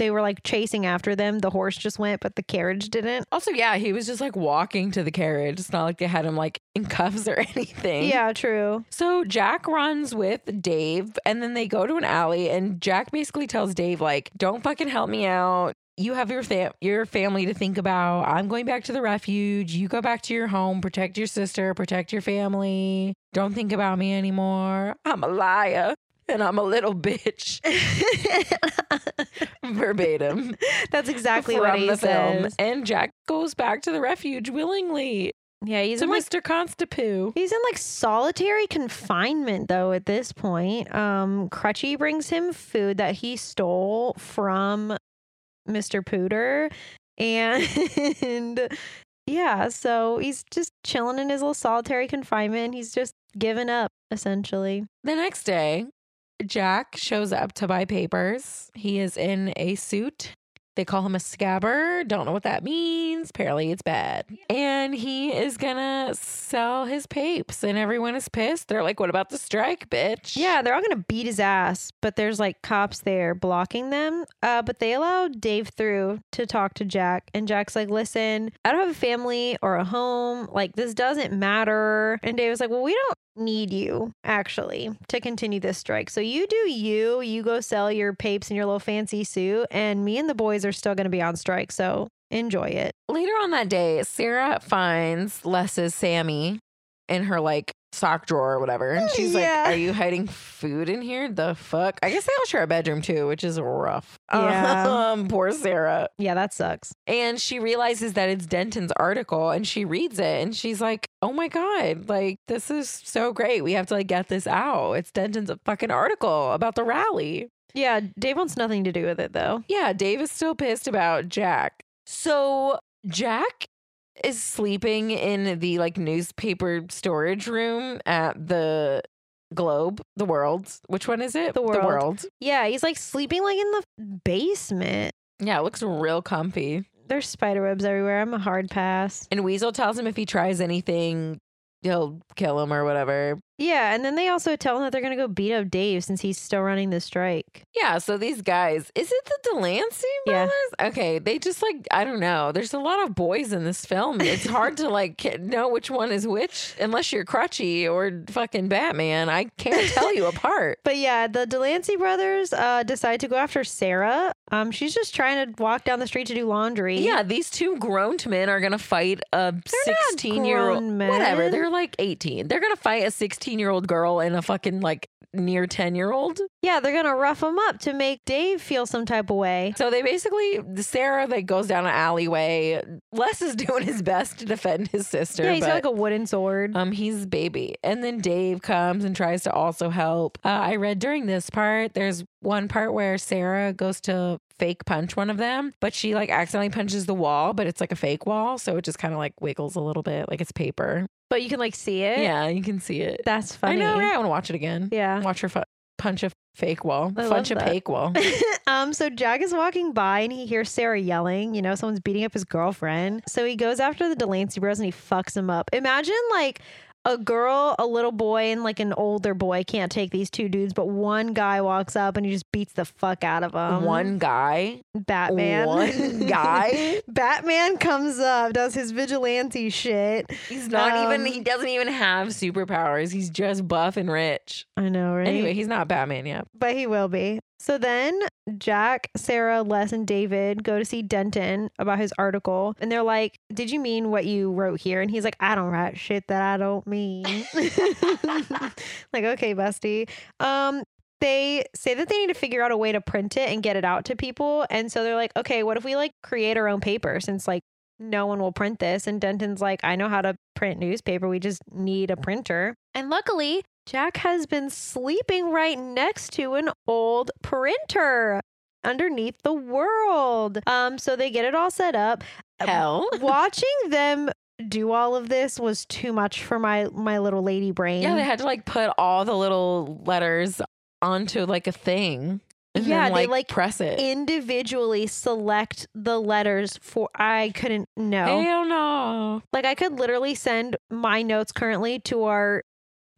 they were like chasing after them. The horse just went, but the carriage didn't. Also, yeah, he was just like walking to the carriage. It's not like they had him like in cuffs or anything. Yeah, true. So Jack runs with Dave and then they go to an alley and Jack basically tells Dave like, "Don't fucking help me out. You have your fam- your family to think about. I'm going back to the refuge. You go back to your home. Protect your sister, protect your family. Don't think about me anymore. I'm a liar and I'm a little bitch." Verbatim. That's exactly what from he the film. says. And Jack goes back to the refuge willingly Yeah, he's to in like Mr. Constipoo. he's in like solitary confinement though at this point. Um Crutchy brings him food that he stole from Mr. Pooter and yeah, so he's just chilling in his little solitary confinement. He's just given up essentially. The next day, Jack shows up to buy papers. He is in a suit. They call him a scabber. Don't know what that means. Apparently, it's bad. And he is gonna sell his papes, and everyone is pissed. They're like, "What about the strike, bitch?" Yeah, they're all gonna beat his ass, but there's like cops there blocking them. Uh, but they allow Dave through to talk to Jack, and Jack's like, "Listen, I don't have a family or a home. Like this doesn't matter." And Dave was like, "Well, we don't need you actually to continue this strike. So you do you. You go sell your papes in your little fancy suit, and me and the boys are still gonna be on strike. So enjoy it." Later on that day, Sarah finds Les's Sammy in her like sock drawer or whatever. And she's Yeah. like, Are you hiding food in here? The fuck? I guess they all share a bedroom too, which is rough. Yeah. Um, poor Sarah. Yeah, that sucks. And she realizes that it's Denton's article and she reads it and she's like, Oh my God, like this is so great. We have to like get this out. It's Denton's fucking article about the rally. Yeah, Dave wants nothing to do with it though. Yeah, Dave is still pissed about Jack. So Jack is sleeping in the like newspaper storage room at the Globe, the World. Which one is it? The The World. world. Yeah, he's like sleeping like in the basement. Yeah, it looks real comfy. There's spider webs everywhere. I'm a hard pass. And Weasel tells him if he tries anything, he'll kill him or whatever. Yeah, and then they also tell him that they're gonna go beat up Dave since he's still running the strike. Yeah, so these guys, is it the Delancey Yeah. brothers? Okay, they just like, I don't know. There's a lot of boys in this film. It's hard to like ca- know which one is which unless you're crutchy or fucking Batman. I can't tell you apart. But yeah, the Delancey brothers uh, decide to go after Sarah. Um, she's just trying to walk down the street to do laundry. Yeah, these two grown men are going to fight a not 16 year old. grown Whatever, men. they're like 18. They're going to fight a 16 year old girl and a fucking like near 10 year old. yeah, they're gonna rough him up to make Dave feel some type of way. So they basically, Sarah like goes down an alleyway. Les is doing his best to defend his sister. yeah, he's but- got like a wooden sword. Um, he's baby. And then Dave comes and tries to also help. Uh, I read during this part, there's one part where Sarah goes to fake punch one of them, but she like accidentally punches the wall, but it's like a fake wall. So it just kind of like wiggles a little bit like it's paper. but you can like see it. Yeah, you can see it. that's funny. I know, right? I want to watch it again. Yeah. Watch her fu- punch a fake wall. I punch a love that. fake wall. um, so Jack is walking by and he hears Sarah yelling, you know, someone's beating up his girlfriend. So he goes after the Delancey bros and he fucks him up. Imagine like a girl, a little boy, and like an older boy can't take these two dudes, but one guy walks up and he just beats the fuck out of them. one guy. Batman. One guy. Batman comes up, does his vigilante shit. He's not even, Um, he doesn't even have superpowers. He's just buff and rich. I know, right? Anyway, he's not Batman yet. but he will be. So then Jack, Sarah, Les, and David go to see Denton about his article. And they're like, Did you mean what you wrote here? And he's like, I don't write shit that I don't mean. like, okay, bestie. Um, they say that they need to figure out a way to print it and get it out to people. And so they're like, okay, what if we like create our own paper since like no one will print this? And Denton's like, I know how to print newspaper. We just need a printer. And luckily, Jack has been sleeping right next to an old printer underneath the world. Um, so they get it all set up. Hell. Watching them do all of this was too much for my my little lady brain. Yeah, they had to like put all the little letters onto like a thing. And Yeah, then, they, like, like, press it. individually select the letters for I couldn't know. Hell no. Like I could literally send my notes currently to our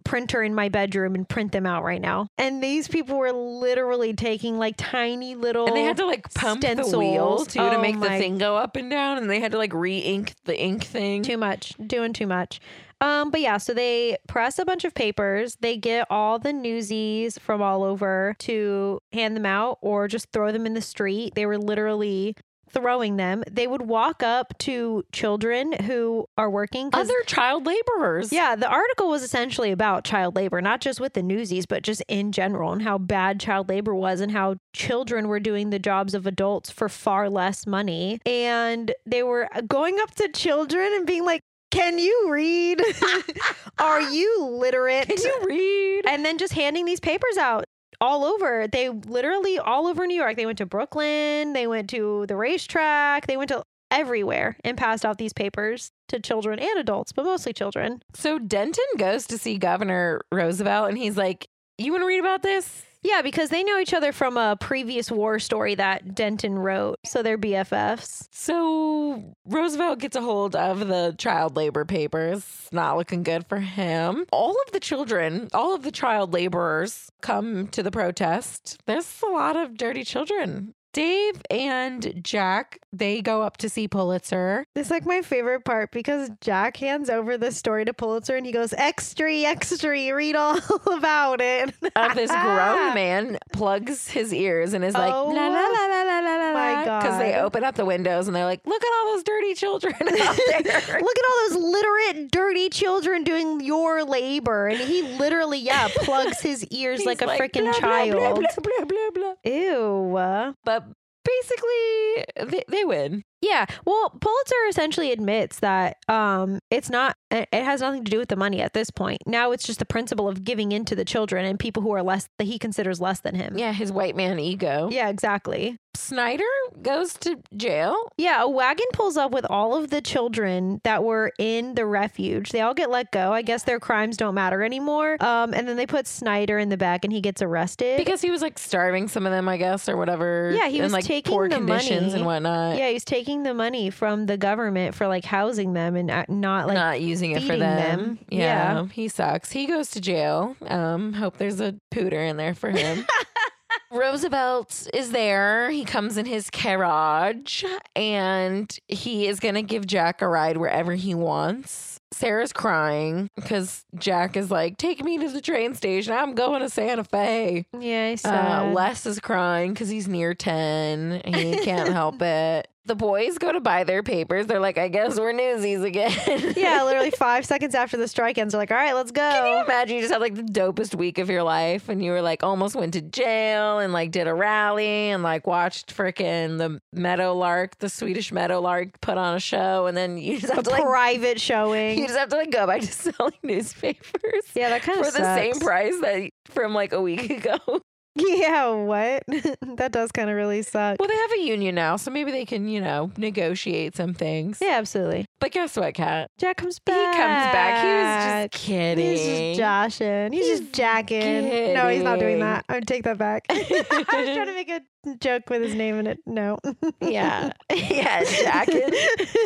printer in my bedroom and print them out right now. And these people were literally taking like tiny little. And they had to like pump the wheels stencils. too to Oh make the my- thing go up and down, and they had to like re-ink the ink thing. too much doing too much um but yeah so they press a bunch of papers they get all the newsies from all over to hand them out or just throw them in the street they were literally throwing them they would walk up to children who are working 'cause- Other child laborers. yeah the article was essentially about child labor not just with the newsies but just in general and how bad child labor was and how children were doing the jobs of adults for far less money and they were uh, going up to children and being like can you read are you literate Can you read? and then just handing these papers out all over. They literally all over New York. They went to Brooklyn, they went to the racetrack, they went to everywhere and passed out these papers to children and adults, but mostly children. So Denton goes to see Governor Roosevelt, and he's like, "You want to read about this?" Yeah, because they know each other from a previous war story that Denton wrote. So they're BFFs. So Roosevelt gets a hold of the child labor papers. Not looking good for him. All of the children, all of the child laborers come to the protest. There's a lot of dirty children. Dave and Jack, they go up to see Pulitzer. It's like my favorite part because Jack hands over the story to Pulitzer and he goes, Extra, extra, read all about it. Of this grown man plugs his ears and is like, Oh, la la la la la la la. my Because they God. open up the windows and they're like, look at all those dirty children out there. Look at all those literate, dirty children doing your labor. And he literally, yeah, plugs his ears He's like a "Blah, freaking blah, blah, child. blah, blah, blah, blah. Ew. but basically they, they win Yeah. Well, Pulitzer essentially admits that um, it's not, it it has nothing to do with the money at this point. Now it's just the principle of giving in to the children and people who are less, that he considers less than him. yeah his white man ego Yeah, exactly. snyder goes to jail Yeah, a wagon pulls up with all of the children that were in the refuge. They all get let go. I guess their crimes don't matter anymore. Um, and then they put Snyder in the back and he gets arrested. because he was like starving some of them i guess or whatever Yeah, he in was like taking poor the conditions money. and whatnot Yeah, he's taking the money from the government for like housing them and uh, not like not using it for feeding them. them. Yeah, he sucks. He goes to jail. Um, hope there's a pooter in there for him. Roosevelt is there. He comes in his carriage and he is going to give Jack a ride wherever he wants. Sarah's crying because Jack is like, Take me to the train station. I'm going to Santa Fe. yeah, he's Uh, sad. Les is crying because he's near 10. He can't help it. The boys go to buy their papers. They're like, I guess we're newsies again. yeah, literally five seconds after the strike ends, they're like, "All right, let's Can you go." imagine you just had like the dopest week of your life and you were like almost went to jail and like did a rally and like watched frickin' the Meadowlark, the Swedish Meadowlark put on a show and then you just A have to like private you showing. just have to like go back to selling newspapers Yeah, that kind for of the same price that from like a week ago. Yeah, what? that does kind of really suck. Well, they have a union now, so maybe they can, you know, negotiate some things. Yeah, absolutely. But guess what, Kat? Jack comes He back. comes back. He was just kidding. He's just joshing. He's, He's just jacking. No, he's not doing kidding. that. I would take that back. I was trying to make a joke with his name in it. No. yeah. Yeah, Jack.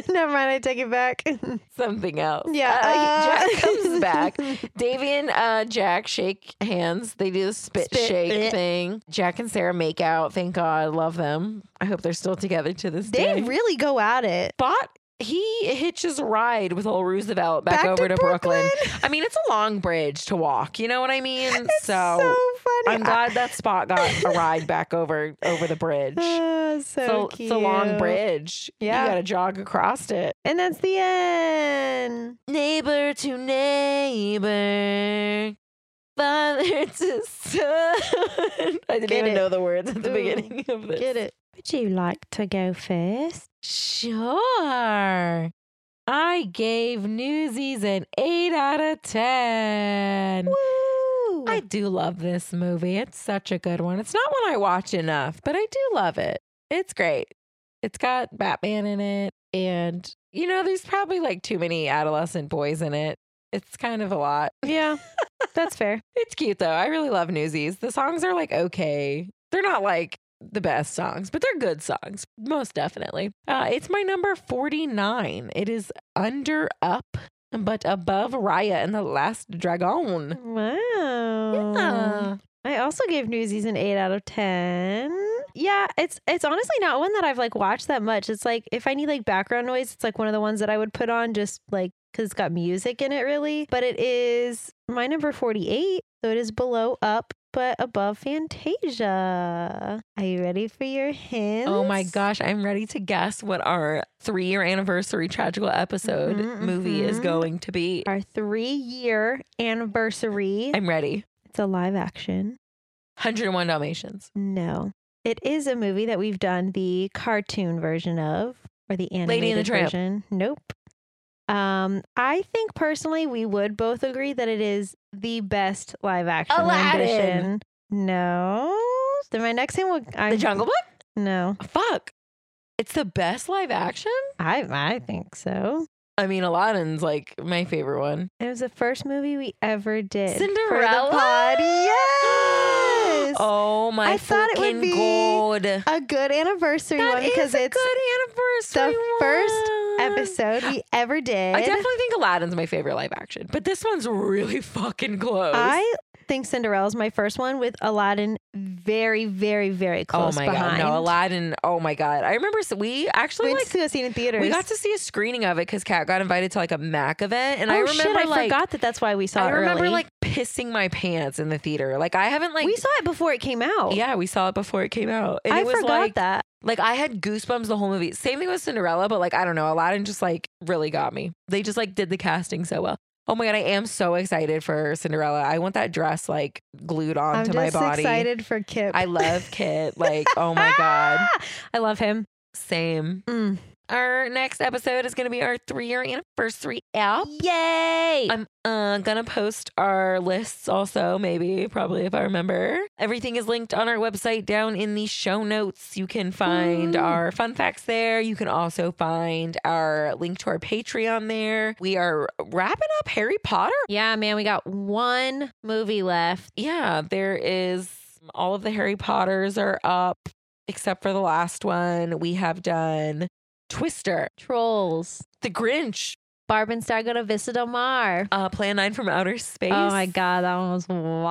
Never mind. I take it back. something else. Yeah, Uh, uh, Jack comes back. Davy and uh, Jack shake hands. They do the spit, Spit. shake Blech. thing. Jack and Sarah make out. Thank God. Love them. I hope they're still together to this They day. really go at it. Bot, he hitches a ride with old Roosevelt back, Back to over to, Brooklyn. I mean, it's a long bridge to walk. You know what I mean? So, funny. I'm glad that Spot got a ride back over over the bridge. Ah, so So cute. it's a long bridge. Yeah. You got to jog across it. And that's the end. neighbor to neighbor, father to son. I didn't Get even it. know the words at the Ooh, beginning of this. Get it. Would you like to go first? Sure. I gave Newsies an 8 out of 10. Woo! I do love this movie. It's such a good one. It's not one I watch enough, but I do love it. It's great. It's got Batman in it. And, you know, there's probably like too many adolescent boys in it. It's kind of a lot. yeah, that's fair. It's cute though. I really love Newsies. The songs are like okay. They're not like the best songs, but they're good songs, most definitely. Uh, it's my number 49. It is Under Up but above Raya and the Last Dragon. Uh, Wow. Yeah. I also gave Newsies an eight out of ten. Yeah, it's it's honestly not one that I've like watched that much. It's like if I need like background noise, it's like one of the ones that I would put on just like because it's got music in it, really. But it is my number forty-eight, so it is below up but above Fantasia. Are you ready for your hint? Oh my gosh, I'm ready to guess what our three year anniversary tragical episode Mhm, movie is mhm. going to be. Our three-year anniversary. I'm ready. It's a live action. 101 Dalmatians. No. It is a movie that we've done the cartoon version of or the animated Lady and the Tramp. version. Nope. Um, I think personally we would both agree that it is the best live action Aladdin. rendition. No. Then my next thing will I The Jungle Book? No. Fuck. It's the best live action? I I think so. I mean, Aladdin's like my favorite one. It was the first movie we ever did. for the Cinderella? pod. Yes. Oh my I thought it would fucking be God. That A good anniversary one because is a it's good anniversary the first one. episode we ever did. I definitely think Aladdin's my favorite live action, but this one's really fucking close. I think Cinderella's my first one with Aladdin very, very, very close oh my behind. god, no, Aladdin. Oh my god, I remember s- we actually Went like to go see it in theaters. we got to see a screening of it because Kat got invited to like a Mac event, and oh I remember shit! I like forgot that that's why we saw I it remember early. like pissing my pants in the theater. Like I haven't like we saw it before it came out. yeah, we saw it before it came out, and I it was forgot like that. like I had goosebumps the whole movie. Same thing with Cinderella, but like I don't know, Aladdin just like really got me. They just like did the casting so well. Oh my god, I am so excited for Cinderella. I want that dress like glued I'm onto just my body. excited for Kip. Ah! I love Kit. Like, oh my god. I love him. Same. Mm. Our next episode is going to be our three year anniversary app. Yay! I'm uh, gonna post our lists also, maybe, probably if I remember. Everything is linked on our website down in the show notes. You can find Ooh. our fun facts there. You can also find our link to our Patreon there. We are wrapping up Harry Potter. yeah, man, we got one movie left. Yeah, there is all of the Harry Potters are up except for the last one. We have done Twister, Trolls. The Grinch, Barb and Star go to visit Omar. uh, Plan 9 from Outer Space. Oh my god, that one was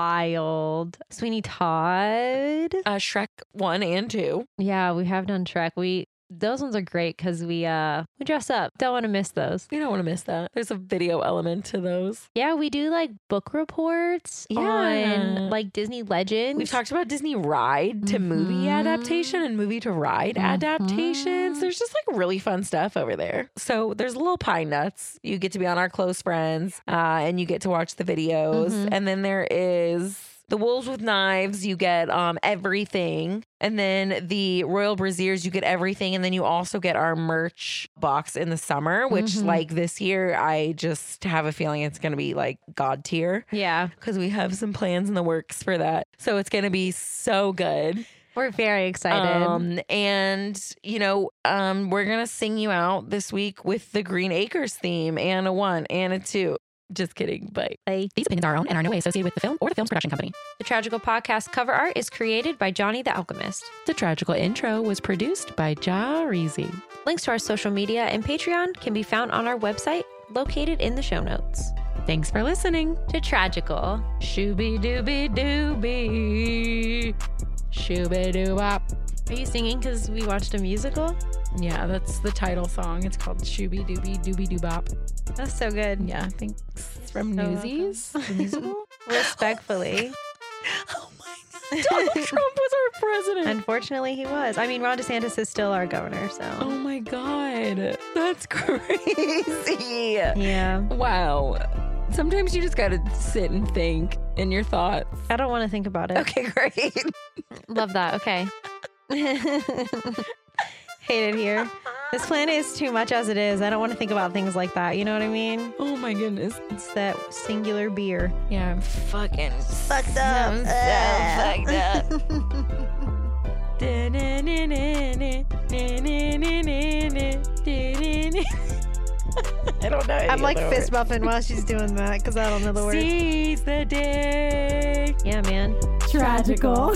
wild. Sweeney Todd. Uh, Shrek 1 and 2. Yeah, we have done Trek. We those ones are great because we uh we dress up. Don't want to miss those. You don't want to miss that. There's a video element to those. Yeah, we do like book reports Yeah. on like Disney Legends. We've talked about Disney Ride to movie Mhm. adaptation and movie to ride Mhm. adaptations. There's just like really fun stuff over there. So there's little pine nuts. You get to be on our close friends uh, and you get to watch the videos. Mhm. And then there is the wolves with knives. You get um, everything. And then the Royal Braziers, you get everything. And then you also get our merch box in the summer, which Mhm. like this year, I just have a feeling it's going to be like God tier Yeah, because we have some plans in the works for that. So it's going to be so good. we're very excited. Um, and, you know, um, we're going to sing you out this week with the Green Acres theme and a one and a two. Just kidding. Bye. like These opinions are our own and are in no way associated with the film or the film's production company. the Tragical Podcast cover art is created by Johnny the Alchemist. The tragical intro was produced by Ja Reezy. Links to our social media and Patreon can be found on our website, located in the show notes. Thanks for listening. To Tragical. Shooby dooby dooby. Shooby doobop. Are you singing because we watched a musical? Yeah, that's the title song. It's called Shooby Dooby Dooby Doobop. That's so good. Yeah, I think it's from So Newsies, the welcome. musical. Respectfully. Oh my God. Donald Trump was our president. Unfortunately, he was. I mean, Ron DeSantis is still our governor, oh so. my God. That's crazy. Yeah. Wow. Sometimes you just got to sit and think in your thoughts. I don't want to think about it. Okay, great. Love that. Okay. Hate it here. This planet is too much as it is. I don't want to think about things like that. You know what I mean? Oh my goodness. It's that singular beer. Yeah, I'm fucking fucked up. I'm so Ugh. fucked up. I don't know. I'm like fist bumping while she's doing that because I don't know the word. Seize the day. Yeah, man. Tragical.